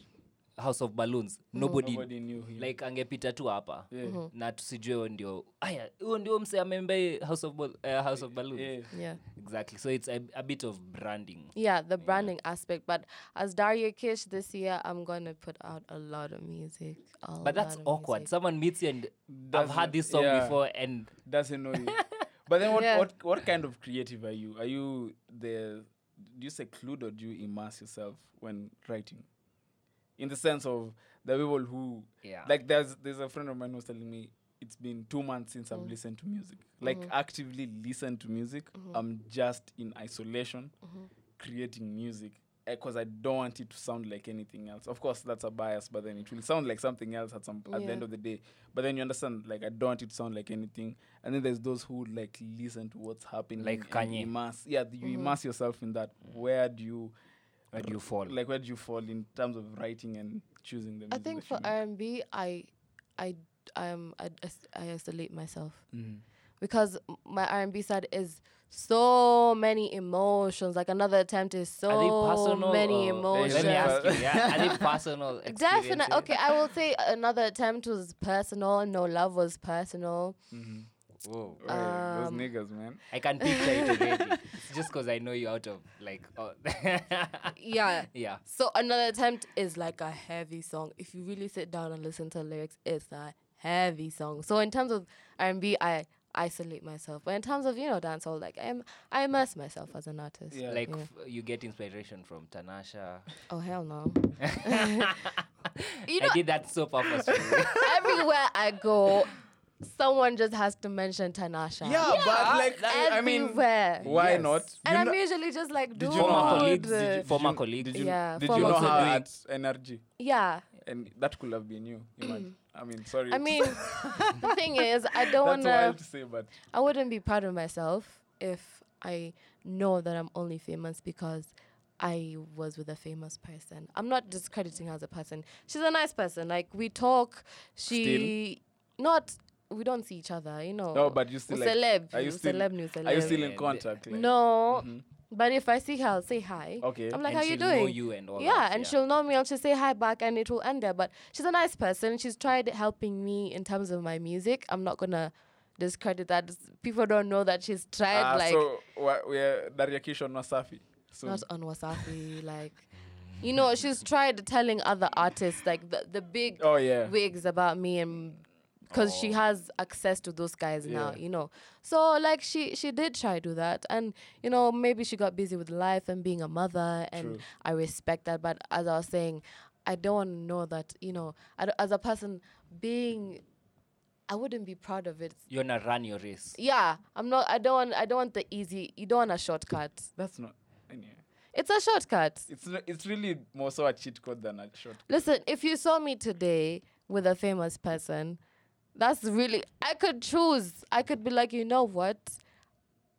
S2: House of Balloons.
S3: Mm-hmm.
S2: Nobody,
S1: Nobody knew him.
S2: like angepita tu hapa
S1: Yeah. Mhm.
S2: na tusijue ndio aya huyo ndio mse amembe House of Bal- eh, House of Balloons.
S1: yeah.
S3: Yeah.
S2: Exactly. So it's a, a bit of branding.
S3: Yeah, the branding aspect. But as Daria Kish this year, I'm gonna put out a lot of music. a
S2: But that's
S3: lot of
S2: awkward.
S3: music.
S2: Someone meets you and I've
S1: Doesn't-
S2: had this song
S1: yeah.
S2: before and
S1: doesn't know you. but then what,
S3: Yeah.
S1: what what kind of creative are you? Are you the do you seclude or do you immerse yourself when writing? In the sense of the people who
S2: Yeah.
S1: like there's there's a friend of mine who was telling me it's been two months since I've listened to music. Like actively listen to music. I'm just in isolation creating music. Because I don't want it to sound like anything else. Of course, that's a bias, but then it will sound like something else at some at the
S3: Yeah.
S1: end of the day. But then you understand, like I don't want it to sound like anything. And then there's those who like listen to what's happening.
S2: Like
S1: and
S2: Kanye.
S1: Immerse, yeah, th-
S3: Mm-hmm.
S1: you immerse yourself in that. Where do you
S2: Where do you fall?
S1: Like Mm. where do you fall in terms of writing and choosing the music?
S3: I think
S1: that
S3: for
S2: Mm-hmm.
S1: you make?
S3: uh, R and B, I, I, um, I, is- I isolate myself
S2: Mm-hmm.
S3: because m- my R and B side is so many emotions. Like another attempt is so
S2: are they personal?
S3: Oh, many
S2: or-
S3: emotions.
S2: Let me ask you. Yeah, are they personal? experiences?
S3: Definitely. Okay, I will say another attempt was personal. No love was personal.
S2: Whoa.
S1: Oy,
S3: um,
S1: those niggas, man.
S2: I can picture it already. It's just because I know you out of like. Oh.
S3: Yeah.
S2: yeah.
S3: So another attempt is like a heavy song. If you really sit down and listen to the lyrics, it's a heavy song. So in terms of R&B, I isolate myself. But in terms of you know dancehall, like I'm, I immerse myself as an artist.
S1: Yeah.
S2: Like f- you get inspiration from Tanasha.
S3: Oh hell no. you know,
S2: I did that so purposefully.
S3: everywhere I go, someone just has to mention Tanasha.
S1: Yeah, but like I, I mean,
S3: everywhere.
S1: why
S2: Yes.
S1: not?
S3: and
S1: You
S3: I'm
S1: kno-
S3: usually just like, dude.
S1: Did you know how-
S2: former colleagues.
S1: Did you-
S2: former
S1: did you-
S2: colleagues.
S1: Did you,
S3: Yeah,
S1: did you
S3: former
S1: know her at
S2: colleagues.
S1: NRG?
S3: yeah.
S1: And that could have been you. Imagine. I mean, sorry.
S3: Mm. I mean, uh, the thing is, I don't want
S1: that's
S3: to.
S1: wild to say, but
S3: I wouldn't be proud of myself if I know that I'm only famous because I was with a famous person. I'm not discrediting her as a person. She's a nice person. Like we talk. She not. We don't see each other. You know.
S1: no, but you still like,
S3: celeb.
S1: Are you still
S3: celeb? New celeb.
S1: Are you still in
S2: Yeah,
S1: contact? Like, Mm-hmm.
S3: No. But if I see her, I'll say hi.
S1: Okay.
S3: I'm like,
S2: And
S3: how you
S2: she'll know
S3: doing?
S2: you and all
S3: yeah,
S2: that,
S3: and
S2: yeah.
S3: she'll know me and she'll say hi back and it will end there. But she's a nice person. She's tried helping me in terms of my music. I'm not gonna discredit that. S- People don't know that she's tried
S1: Ah,
S3: like
S1: so we're, we're Daria Kish on Wasafi. So
S3: not on Wasafi, like you know, she's tried telling other artists like the the big
S1: Oh, yeah. Oh.
S3: wigs about me and because she has access to those guys now,
S1: Yeah.
S3: you know. So like she she did try to do that, and you know maybe she got busy with life and being a mother, and
S1: True.
S3: I respect that. But as I was saying, I don't want to know that you know I d as a person being, I wouldn't be proud of it.
S2: You're gonna run your race.
S3: Yeah, I'm not. I don't want. I don't want the easy. You don't want a shortcut.
S1: that's not. Anyway,
S3: It's a shortcut.
S1: it's re- it's really more so a cheat code than a short.
S3: Listen, if you saw me today with a famous person, that's really I could choose. I could be like, you know what?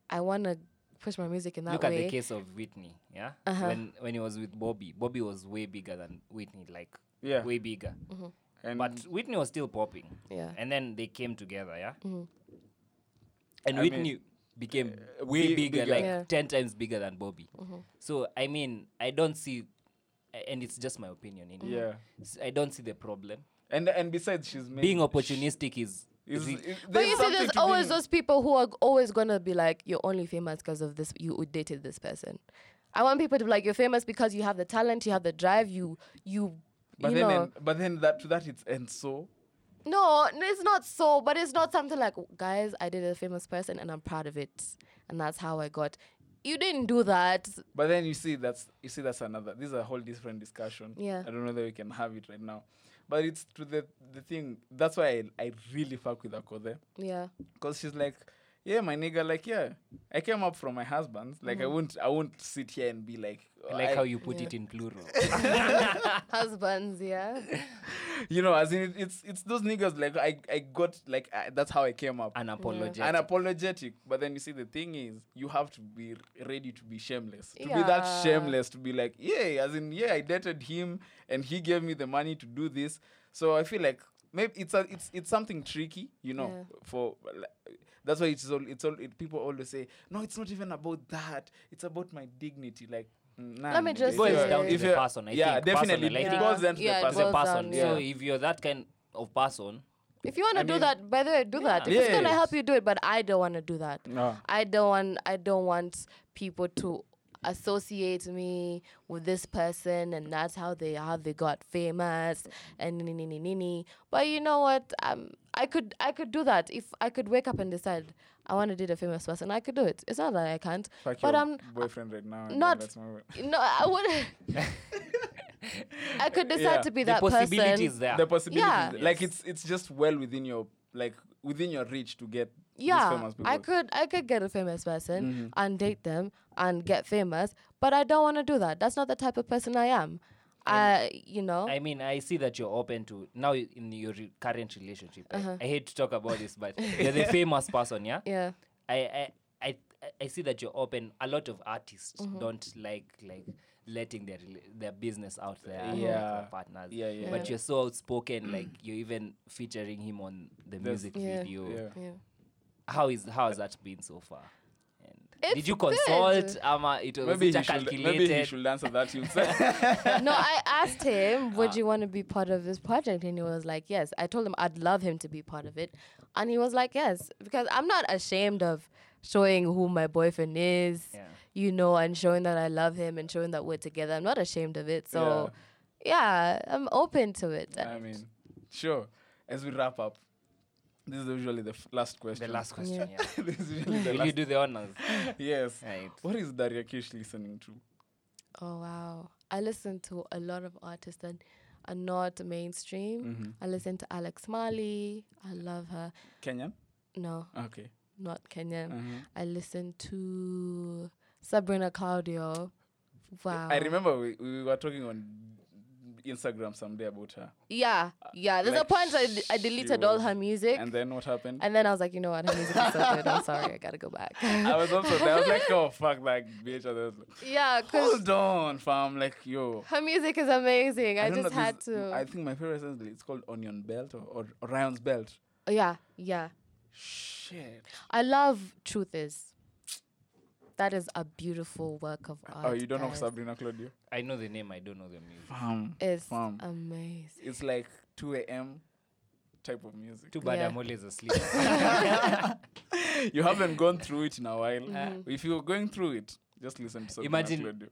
S3: I wanna push my music in that
S2: Look
S3: way. Uh-huh.
S2: at the case of Whitney, yeah. When when he was with Bobby, Bobby was way bigger than Whitney, like
S1: Yeah.
S2: way bigger.
S1: And
S2: But Whitney was still popping.
S3: Mm-hmm. Yeah. Mm-hmm.
S2: And then they came together, yeah. And
S1: I mean,
S2: Whitney became way
S1: bi-
S2: bigger,
S1: bigger.
S2: like
S3: Yeah. Mm-hmm.
S2: ten times bigger than Bobby. So I mean, I don't see, a- and it's just my opinion. Anyway.
S1: yeah,
S2: S- I don't see the problem.
S1: and and besides, she's made,
S2: Being opportunistic is.
S1: Is,
S2: re-
S1: is,
S3: But you see,
S1: something
S3: there's
S1: to
S3: always
S1: being-
S3: those people who are g- always gonna be like, you're only famous because of this. You dated this person. I want people to be like, you're famous because you have the talent, you have the drive, you you
S1: But
S3: you
S1: then,
S3: know.
S1: and, but then that to that it's and so
S3: No, n- it's not so, but it's not something like, guys, I did a famous person and I'm proud of it, and that's how I got. You didn't do that.
S1: But then you see that's you see that's another. This is a whole different discussion.
S3: Yeah.
S1: I don't know whether we can have it right now, but it's to the the thing. That's why I, I really fuck with Akode
S3: Yeah,
S1: because she's like, yeah, my nigga, like yeah, I came up from my husband's. Like I won't I won't sit here and be like
S2: I Mm-hmm. like
S1: I-
S2: how you put it in plural.
S3: husbands. Yeah,
S1: you know as in it, it's it's those niggas like I I got like I, that's how I came up.
S2: Unapologetic.
S1: Unapologetic, but then you see the thing is, you have to be ready to be shameless. To be
S3: Yeah.
S1: that shameless, to be like, yeah, as in, yeah, I dated him and he gave me the money to do this. So I feel like maybe it's a, it's it's something tricky, you know.
S3: Yeah.
S1: For like, that's why it's all it's all it, people always say, no, it's not even about that. It's about my dignity. Like, mm, nah,
S3: Let me
S1: nigga,
S3: just
S1: if
S2: It boils
S1: you're-
S2: down to
S1: if
S2: the
S1: you're-
S2: person, I
S1: yeah,
S2: think.
S1: definitely.
S2: Personally, I
S1: it
S2: think.
S1: boils down to
S3: Yeah, it
S1: the person.
S2: the
S3: boils
S2: person.
S3: down,
S2: So
S1: yeah.
S2: if you're that kind of person,
S3: if you want to
S1: I
S3: do
S1: mean-
S3: that, by the way, do that. If it's gonna
S1: Yes.
S3: help you do it, but I don't want to do that.
S1: No.
S3: I don't want I don't want people to associate me with this person and that's how they how they got famous and ni- ni- ni- ni- ni. but you know what um I could I could do that if I could wake up and decide I want to date a famous person I could do it it's not that I can't
S1: Fuck
S3: but
S1: your
S3: I'm
S1: boyfriend right now. and
S3: not-
S1: then let's move it.
S3: no I would I could decide
S1: Yeah.
S3: to be
S2: the
S3: that
S2: possibility is
S3: person
S2: there.
S1: the possibility
S3: Yeah.
S1: like it's it's just well within your like within your reach to get these
S3: yeah
S1: famous people.
S3: I could I could get a famous person and date them and get famous but I don't want to do that that's not the type of person I am I you know
S2: I mean, I see that you're open to now i- in your re- current relationship. I-
S3: Uh-huh.
S2: I, hate to talk about this, but you're the famous person, yeah.
S3: yeah
S2: I, I, I, I see that you're open. A lot of artists
S3: Mm-hmm.
S2: don't like like letting their rela- their business out there, and, like, their
S1: Yeah.
S2: partners.
S1: Yeah, yeah,
S2: But
S1: yeah.
S2: you're so outspoken, like you're even featuring him on the
S1: That's-
S2: music
S3: Yeah.
S2: video.
S1: yeah.
S3: yeah
S2: How is how has that been so far? And
S3: It's
S2: did you
S3: good.
S2: consult? Ama it was
S1: Maybe
S2: it
S1: he,
S2: a
S1: should, maybe he
S2: calculated.
S1: should answer that himself.
S3: no, I asked him, would you want to be part of this project? And he was like, yes. I told him I'd love him to be part of it. And he was like, yes, because I'm not ashamed of showing who my boyfriend is,
S2: Yeah.
S3: you know, and showing that I love him and showing that we're together. I'm not ashamed of it. So, yeah, I'm open to it.
S1: I mean, sure. As we wrap up, this is usually the f- last question.
S2: The last question, yeah.
S1: this is usually the
S2: Will you
S1: last.
S2: do the honors?
S1: Yes.
S2: Right.
S1: What is Daria Kish listening to?
S3: Oh wow! I listen to a lot of artists that are not mainstream.
S1: Mm-hmm.
S3: I listen to Alex Marley. I love her.
S1: Kenyan?
S3: No,
S1: Okay.
S3: not Kenyan.
S1: Mm-hmm.
S3: I listen to Sabrina Claudio. Wow.
S1: I remember we, we were talking on Instagram someday about her.
S3: Yeah, yeah. There's
S1: Like,
S3: a point I, d- I
S1: she
S3: deleted all
S1: was-
S3: her music,
S1: And then what happened?
S3: and then I was like, you know what, her music is so good. I'm sorry, I gotta go back.
S1: I was also there. I was like, oh, fuck that bitch. I was like,
S3: yeah, cause
S1: Hold on, fam. Like, yo.
S3: her music is amazing. I,
S1: don't
S3: just
S1: know,
S3: had
S1: this-
S3: to.
S1: I think my favorite song is called Onion Belt or, or, or Ryan's Belt.
S3: Oh, yeah, yeah.
S1: Shit.
S3: I love Truth Is. That is a beautiful work of art.
S1: oh, you don't know
S3: guys.
S1: Sabrina Claudio?
S2: I know the name, I don't know the music.
S1: Fam.
S3: It's
S1: Fam.
S3: amazing.
S1: It's like 2 a.m. type of music.
S2: Too bad
S3: Yeah.
S2: I'm always asleep.
S1: you haven't gone through it in a while.
S3: Mm-hmm.
S1: Uh, If you're going through it, just listen to Sabrina
S2: Imagine-
S1: Claudio.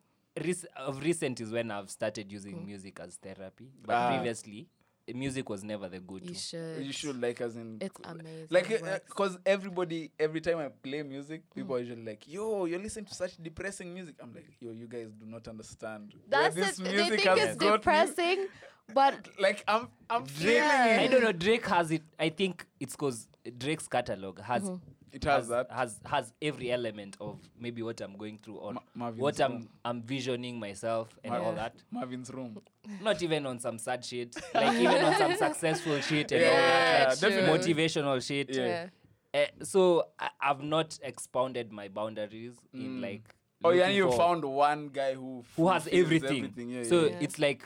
S2: Rec- of recent is when I've started using
S3: Mm.
S2: music as therapy. But
S1: Ah.
S2: previously, eh, music was never the go
S3: You
S2: to.
S3: should.
S1: You should like as in
S3: It's amazing.
S1: like
S3: It works.
S1: because everybody every time I play music,
S3: Mm.
S1: people are usually like, "Yo, you're listening to such depressing music." I'm like, "Yo, you guys do not understand where
S3: That's it.
S1: this
S3: They
S1: music
S3: think
S1: has
S3: it's
S1: got me."
S3: depressing, but
S1: Like I'm, I'm feeling
S3: Yeah.
S2: I
S1: it.
S2: don't know. Drake has it. I think it's because Drake's catalog has
S3: Mm-hmm.
S1: It has that.
S2: has has every element of maybe what I'm going through or
S1: Ma- Marvin's
S2: what I'm
S1: room.
S2: I'm visioning myself and
S1: Mar-
S2: all
S3: Yeah.
S2: that.
S1: Marvin's room.
S2: Not even on some sad shit, like even on some successful shit and all that,
S1: Yeah,
S2: like
S1: definitely.
S2: motivational shit.
S1: Yeah.
S3: yeah.
S2: Eh, so I, I've not expounded my boundaries in like.
S1: Oh, yeah, and
S2: looking
S1: you
S2: for-
S1: found one guy who
S2: who has
S1: fulfills
S2: everything.
S1: Yeah,
S2: so
S1: yeah.
S3: yeah.
S2: it's like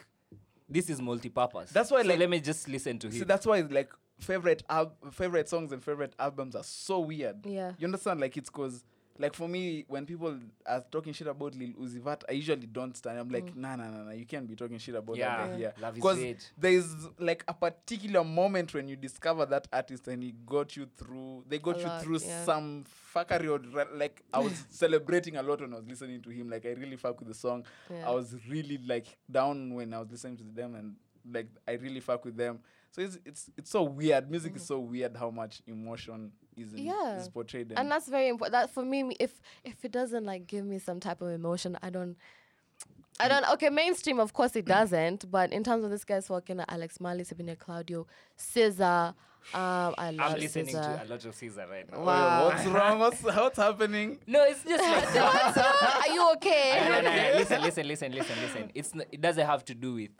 S2: this is multi-purpose.
S1: That's why,
S2: So
S1: like-
S2: let me just listen to him.
S1: See, that's why it's like favorite al- favorite songs and favorite albums are so weird.
S3: Yeah.
S1: You understand? Like it's cause like for me, when people are talking shit about Lil Uzi Vert, I usually don't stand. I'm
S3: Mm.
S1: like, nah, nah, nah, nah. You can't be talking shit about that
S2: Yeah.
S1: guy
S2: Yeah.
S1: here.
S2: Love is dead.
S1: there's like a particular moment when you discover that artist and he got you through. They got
S3: A
S1: you
S3: lot,
S1: through
S3: yeah.
S1: some fuckery or ra- like I was celebrating a lot when I was listening to him. Like I really fuck with the song.
S3: Yeah.
S1: I was really like down when I was listening to them and like I really fuck with them. So it's it's it's so weird. Music is so weird how much emotion is in,
S3: Mm. Yeah.
S1: is portrayed.
S3: and that's very important. That for me, me- if if it doesn't like give me some type of emotion, I don't. I don't. Okay, mainstream, of course, it doesn't. But in terms of this guy's working, Alex Marley, Sabina Claudio, SZA. Um, I love
S2: I'm listening
S3: SZA.
S2: to a lot of Caesar right now.
S1: Wait,
S3: Wow.
S1: Oh, what's wrong? What's what's happening?
S2: No, it's just like
S3: What's up? Are you okay?
S2: No, no, no, no, listen, listen, listen, listen, listen. It's n- it doesn't have to do with.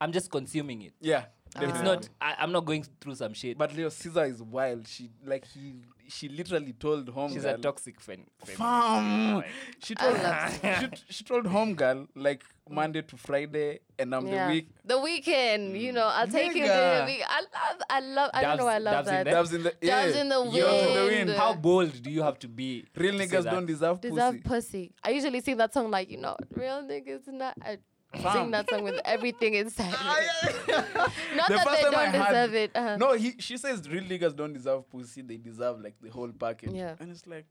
S2: I'm just consuming it.
S1: Yeah,
S2: It's
S1: definitely.
S2: not. I, I'm not going through some shit.
S1: But Leo Caesar is wild. She like he she literally told home
S2: she's
S1: girl,
S2: a toxic fan.
S1: Fam!
S2: Like,
S1: She told she, t- she told home girl like Monday to Friday and I'm
S3: Yeah.
S1: the week.
S3: The weekend, you know, I'll take you to the
S1: Nigga.
S3: week. I love, I love, I don't know
S2: Dabs-
S3: why I love
S2: dabs in
S3: that.
S2: the-
S1: Doves in the yeah.
S3: Doves in the
S1: Doves in the
S3: wind.
S1: wind.
S2: How bold do you have to be?
S1: Real
S2: to say
S1: niggas
S2: that?
S1: don't deserve,
S3: Deserve
S1: pussy.
S3: pussy. I usually sing that song like, you know, real niggas not. I sing
S1: Fam.
S3: that song with everything inside. me. Not
S1: The
S3: that
S1: first
S3: they
S1: time I
S3: don't
S1: had-
S3: deserve it. Uh-huh.
S1: No, he she says real niggas don't deserve pussy, they deserve like the whole package.
S3: Yeah.
S1: And it's like,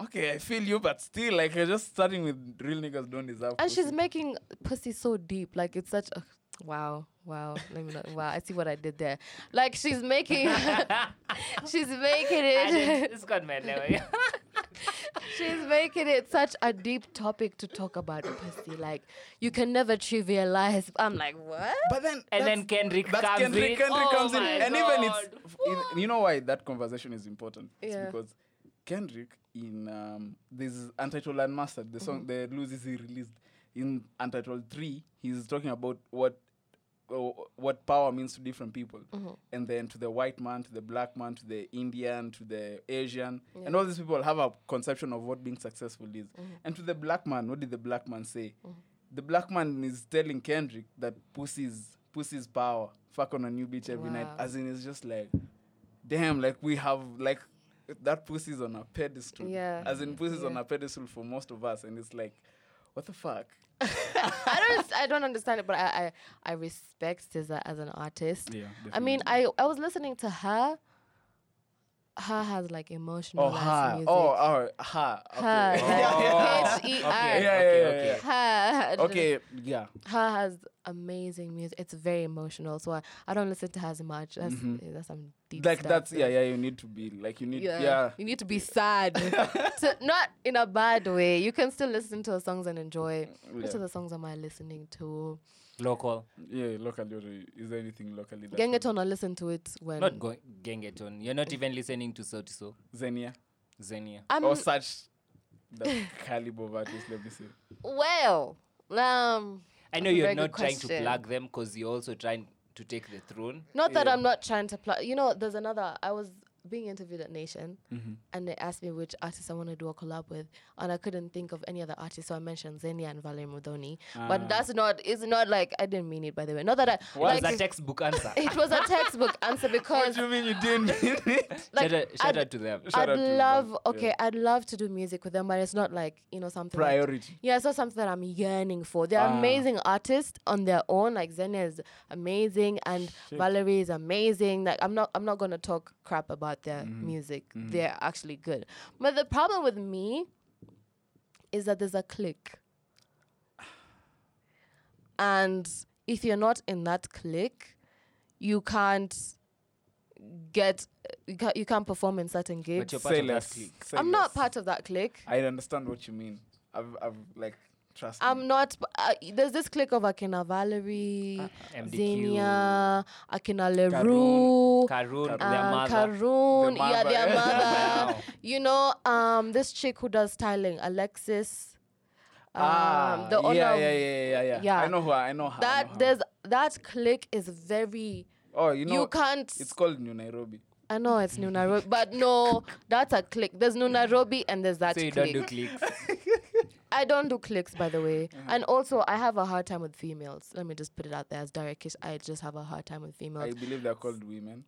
S1: okay, I feel you, but still, like you're just starting with real niggas don't deserve
S3: And
S1: pussy.
S3: she's making pussy so deep. Like it's such a wow, wow, let me not, wow. I see what I did there. Like she's making, she's making
S2: I didn't-
S3: it,
S2: It's got my level.
S3: she's making it such a deep topic to talk about pussy. Like you can never trivialize. I'm like what?
S1: but then
S2: And
S1: that's-
S2: then Kendrick
S1: that's
S2: comes
S1: Kendrick,
S2: in.
S1: Kendrick
S2: oh
S1: comes in.
S2: my
S1: And
S2: God.
S1: even it's f- in- you know why that conversation is important? It's
S3: Yeah.
S1: because Kendrick in um this Untitled and Mastered, the song
S3: Mm-hmm.
S1: the loses he released in Untitled 3, he's talking about what oh, what power means to different people
S3: Mm-hmm.
S1: and then to the white man to the black man to the indian to the asian and all these people have a conception of what being successful is
S3: Mm-hmm.
S1: and to the black man what did the black man say the black man is telling kendrick that pussy's pussy's power fuck on a new bitch every night
S3: Wow.
S1: as in it's just like damn like we have like that pussy's on a pedestal
S3: Yeah.
S1: as in pussy's on
S3: Yeah.
S1: a pedestal for most of us and it's like what the fuck
S3: I don't I don't understand it, but I I, I respect SZA as an artist.
S1: Yeah,
S3: I mean, I I was listening to her. Her has like emotional
S1: oh
S3: ass
S1: ha
S3: music.
S1: oh, oh ha okay.
S3: Her,
S1: Yeah,
S3: like H E
S1: yeah,
S3: R.
S1: yeah, yeah, yeah.
S3: Her,
S1: Oh. Okay, yeah.
S3: her has amazing music. It's very emotional, so I, I don't listen to her as much. That's that's some deep
S1: Mm-hmm. Like
S3: stuff.
S1: that's yeah, yeah. You need to be like you need yeah.
S3: You need to be sad, to, not in a bad way. You can still listen to her songs and enjoy. Which
S1: Yeah.
S3: of the songs am I listening to?
S2: Local.
S3: Mm.
S1: Yeah, locally. or Is there anything locally? that-
S3: Gengeton, I listen to it when
S2: Not go- Gengeton. You're not even listening to Sotiso.
S1: Xenia
S2: Xenia.
S3: I'm
S1: or such the caliber of artists. Let me say.
S3: well. Um,
S2: I know
S3: That's a
S2: you're
S3: very good
S2: not trying to
S3: question.
S2: plug them because you're also trying to take the throne.
S3: Not that
S1: Yeah.
S3: I'm not trying to plug. You know, there's another. I was being interviewed at Nation,
S2: Mm-hmm.
S3: and they asked me which artist I want to do a collab with, and I couldn't think of any other artist, so I mentioned Xenia and Valerie Mudoni. But that's not. It's not like I didn't mean it, by the way. Not that I.
S2: Ah. What is
S3: like,
S2: a textbook answer?
S3: it was a textbook answer
S1: What
S3: because
S1: do you mean you didn't mean it?
S3: like
S2: shout out, shout
S3: I'd,
S2: out to them.
S1: Shout out
S3: I'd
S1: to
S3: love.
S1: Val-
S3: okay, I'd love to do music with them, but it's not like you know something. that-
S1: Priority.
S3: yeah, it's not something that I'm yearning for. They're
S2: Ah.
S3: amazing artists on their own. Like Xenia is amazing and Valerie is amazing. Like I'm not I'm not gonna talk crap about their
S2: Mm-hmm.
S3: music. They're actually good. But the problem with me is that there's a clique. And if you're not in that clique, you can't get you can't, you can't perform in certain
S2: But
S3: gigs.
S2: you're part
S1: Say
S2: of that
S1: less.
S2: clique.
S1: Say
S3: I'm not
S1: less.
S3: part of that clique.
S1: I understand what you mean. I've, I've like trust. me.
S3: I'm not. Uh, there's this clique of Akina Valerie,
S2: MDQ.
S3: Xenia, Akina Leroux,
S2: Karun, Karun, their
S3: uh,
S2: mother.
S3: Karun.
S1: Their
S3: yeah, their
S1: mother.
S3: mother.
S2: Wow.
S3: you know, um, this chick who does styling, Alexis. Um,
S1: ah,
S3: the owner.
S1: yeah,
S3: of
S1: yeah, yeah, yeah, yeah,
S3: yeah.
S1: I know her. I know her. I know
S3: That
S1: her.
S3: there's that clique is very.
S1: Oh, you
S3: You,
S1: know.
S3: can't.
S1: It's called New Nairobi.
S3: I I know it's New Nairobi, but no, that's a click. There's New Nairobi and there's that
S2: so you
S3: click.
S2: don't do clicks.
S3: I don't do clicks, by the way. And also, I have a hard time with females. Let me just put it out there as directish. I just have a hard time with
S1: I
S3: females.
S1: believe they're called women.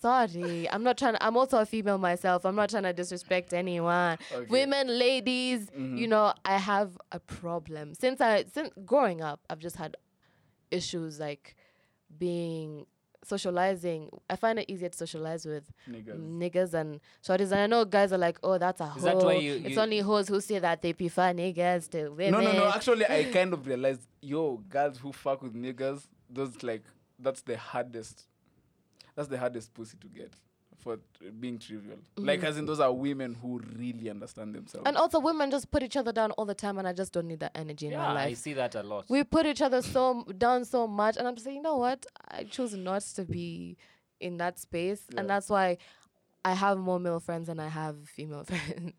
S3: Sorry, I'm not trying. I'm also a female myself. I'm not trying to disrespect anyone.
S1: Okay.
S3: Women, ladies, you know, I have a problem since I since growing up. I've just had issues like being socializing. I find it easier to socialize with
S1: Niggas.
S3: niggas and shorties. And I know guys are like, oh, that's a
S2: Is that why
S3: hoe.
S2: you-
S3: it's
S2: you-
S3: only hoes who say that they prefer niggas to women.
S1: No, no, no. Actually, I kind of realized, yo, girls who fuck with niggas, those like that's the hardest. That's the hardest pussy to get for t- being trivial. Like, as in, those are women who really understand themselves.
S3: Mm. And also, women just put each other down all the time, and I just don't need that energy in
S2: yeah,
S3: my
S2: I
S3: life.
S2: see that a lot.
S3: We put each other so m- down so much, and I'm just saying, you know what? I choose not to be in that space, and that's why I have more male friends than I have female friends,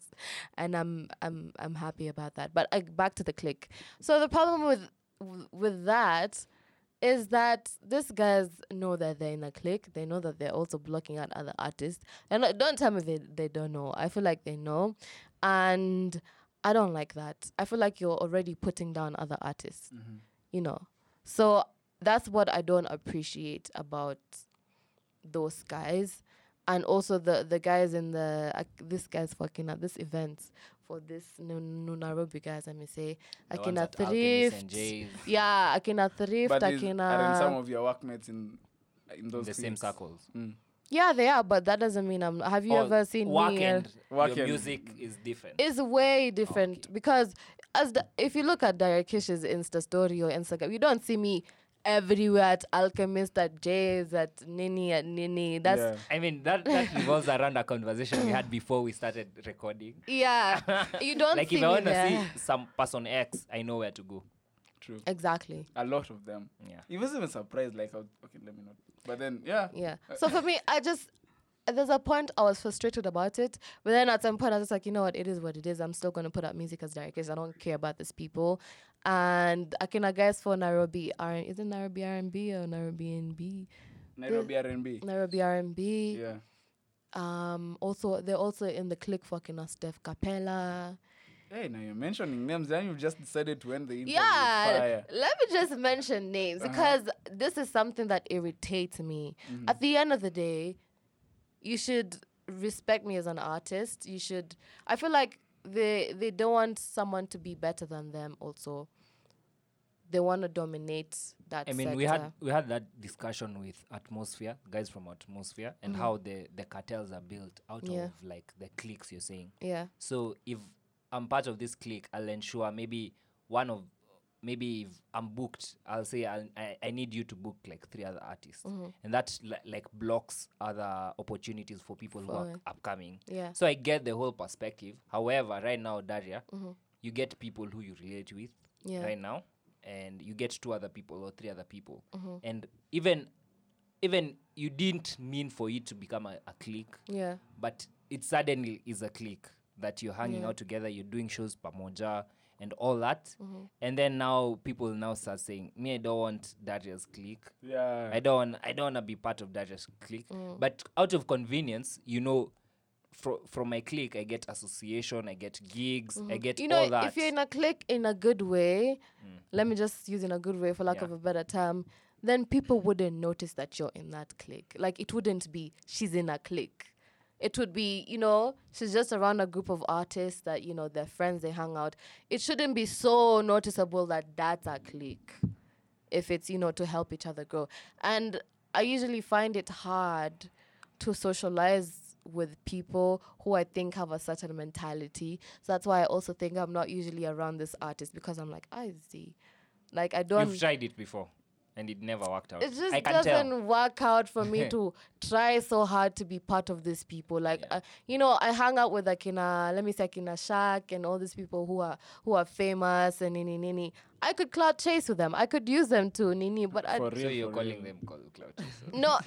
S3: and I'm I'm I'm happy about that. But uh, back to the click. So the problem with w- with that is that these guys know that they're in a clique. They know that they're also blocking out other artists. And like, don't tell me they, they don't know. I feel like they know. And I don't like that. I feel like you're already putting down other artists, you know? So that's what I don't appreciate about those guys. And also the, the guys in the, uh, this guy's fucking at this event for this new, new Nairobi guys, let me say.
S2: The ones
S3: Akina
S2: at Alchemist and
S3: Thrift.
S2: Jay's,
S3: Yeah, akina thrift,
S1: but is, are some
S3: akina.
S1: of your workmates in in those
S2: the same
S1: cliques?
S2: circles.
S3: Yeah, they are, but that doesn't mean I'm. Have you
S2: Or
S3: ever seen
S2: work
S3: me? uh,
S2: and
S1: Work
S2: your
S1: and-
S2: music is different.
S3: It's way different because as the, if you look at Derek Kish's Insta story or Instagram, you don't see me everywhere at Alchemist, at Jay's, at Nini, at Nini. That's
S1: Yeah.
S2: I mean that that revolves around a conversation we had before we started recording.
S3: yeah. you don't
S2: like
S3: see
S2: if I
S3: me
S2: want
S3: there.
S2: to see some person X, I know where to go.
S1: True.
S3: Exactly.
S1: A lot of them.
S2: Yeah.
S1: It was even surprised. Like, I was- okay, let me not. But then, yeah.
S3: Yeah.
S2: Uh,
S3: So for me, I just there's a point I was frustrated about it, but then at some point I was just like, you know what, it is what it is. I'm still gonna put out music as directors. I don't care about these people. And Akina guys for Nairobi R is it Nairobi R and B or Nairobi and B?
S1: Nairobi R&B.
S3: Nairobi R and B.
S1: Yeah.
S3: Um also they're also in the click fucking us Def Capella.
S1: Hey, now you're mentioning names, and you've just decided to end the interview. with
S3: Yeah,
S1: fire.
S3: let me just mention names because this is something that irritates me. At the end of the day, you should respect me as an artist. You should. I feel like they they don't want someone to be better than them. Also, they want to dominate that.
S2: I mean,
S3: sector.
S2: we had we had that discussion with Atmosphere guys from Atmosphere and how the the cartels are built out
S3: Mm-hmm. Yeah.
S2: of like the cliques you're saying.
S3: yeah.
S2: So if I'm part of this clique, I'll ensure maybe one of maybe if I'm booked, I'll say I'll, I I need you to book like three other artists,
S3: Mm-hmm.
S2: and that li- like blocks other opportunities for people who are
S3: For-
S2: upcoming.
S3: Yeah.
S2: So I get the whole perspective. However, right now, Daria, you get people who you relate with
S3: Mm-hmm. Yeah.
S2: right now, and you get two other people or three other people,
S3: Mm-hmm.
S2: and even even you didn't mean for it to become a, a clique
S3: Yeah.
S2: but it suddenly is a click that you're hanging out together, you're doing shows pamoja and all that.
S3: Mm-hmm.
S2: And then now people now start saying, Me, I don't want Darius click.
S1: Yeah.
S2: I don't want I don't wanna be part of Darius click.
S3: Mm.
S2: But out of convenience, you know, fro- from my clique I get association, I get gigs, I get
S3: Mm-hmm. you know,
S2: all that. Mm.
S3: if you're in a clique in a good way, let me just use in a good way for lack
S2: Yeah.
S3: of a better term, then people wouldn't notice that you're in that clique. Like it wouldn't be she's in a clique. It would be, you know, she's just around a group of artists that, you know, their friends, they hang out. It shouldn't be so noticeable that that's a clique if it's, you know, to help each other grow. And I usually find it hard to socialize with people who I think have a certain mentality. So that's why I also think I'm not usually around this artist because I'm like, I see. Like I don't
S2: You've tried it before and it never worked out.
S3: it just
S2: I can
S3: doesn't
S2: tell.
S3: work out for me to try so hard to be part of these people. Like, uh, you know, I hang out with Akina, let me say Akina Shaq and all these people who are who are famous and nini nini. I could cloud chase with them. I could use them too, nini. But I,
S1: For
S2: So
S1: real,
S2: you're
S1: for real.
S2: calling them call clout. chasers.
S3: no,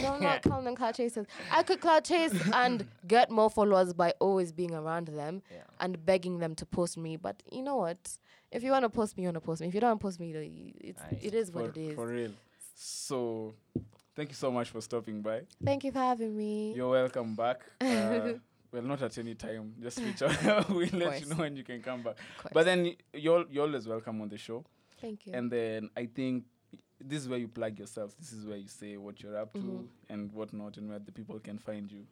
S3: no, I'm not calling them cloud chasers. I could cloud chase and get more followers by always being around them and begging them to post me. But you know what? If you want to post me, you want to post me. If you don't want to post me, you know, it's, it is what
S1: for,
S3: it is.
S1: For real. So Thank you so much for stopping by.
S3: Thank you for having me.
S1: You're welcome back. Uh, well, not at any time. Just reach out. we'll let you
S3: course.
S1: know when you can come back.
S3: Of
S1: But
S3: course.
S1: then y- you're you're always welcome on the show.
S3: Thank you.
S1: And then I think this is where you plug yourself. This is where you say what you're up to
S3: Mm-hmm.
S1: and whatnot, and where the people can find you.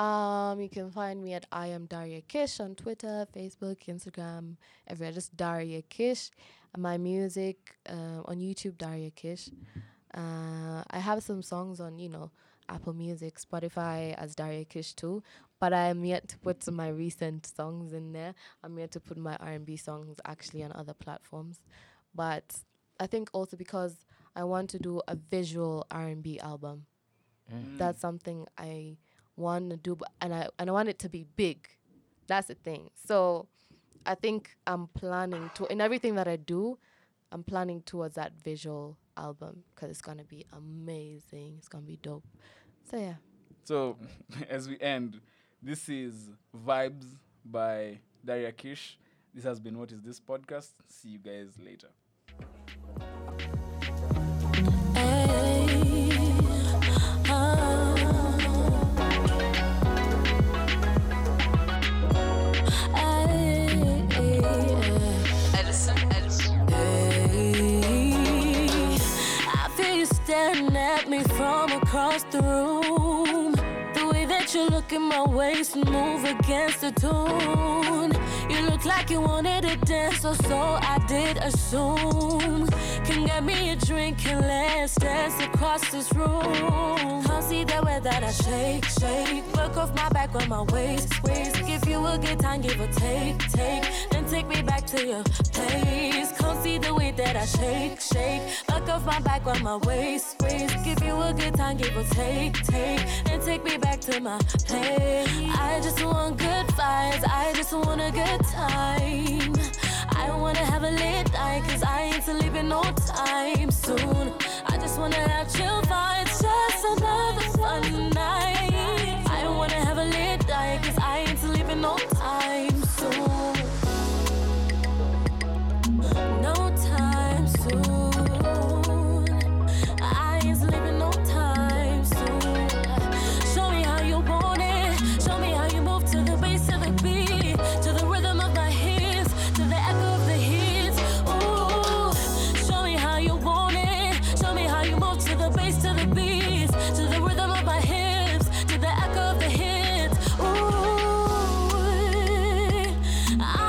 S3: Um, you can find me at I am Daria Kish on Twitter, Facebook, Instagram, everywhere. Just Daria Kish. And My music um, on YouTube, Daria Kish. Uh, I have some songs on you know Apple Music, Spotify as Daria Kish too. But I am yet to put my recent songs in there. I'm yet to put my R and B songs actually on other platforms. But I think also because I want to do a visual R and B album that's something I want to do, but and I and I want it to be big. That's the thing. So I think I'm planning to in everything that I do, I'm planning towards that visual album because it's gonna be amazing. It's gonna be dope. So yeah,
S1: So, as we end, this is Vibes by Daria Kish. This has been What Is This Podcast. See you guys later.
S4: I feel you staring at me from across the room. The way that you look in my waist and move against the tune. You look like you wanted to dance, or so I did assume. Can get me a drink and let's dance across this room. Come see the way that I shake, shake. Work off my back with my waist, waist. Give you a good time, give or take, take. Then take me back to your place. Come see the way that I shake, shake. Work off my back with my waist, waist. Give you a good time, give or take, take. Then take me back to my place. I just want good vibes. I just want a good time. I wanna have a lit night, cause I ain't sleeping no time soon. I just wanna have chill vibes, just another fun night. I wanna have a lit night, cause I ain't sleeping no time soon. No time soon. I ain't sleeping no time soon. Show me how you want it. Show me how you move to the bass of the beat, to the rhythm of my hits, to the echo of the hits. Ooh, show me how you want it. Show me how you move to the bass to the beat, to the rhythm of my hips, to the echo of the hits. Ooh, I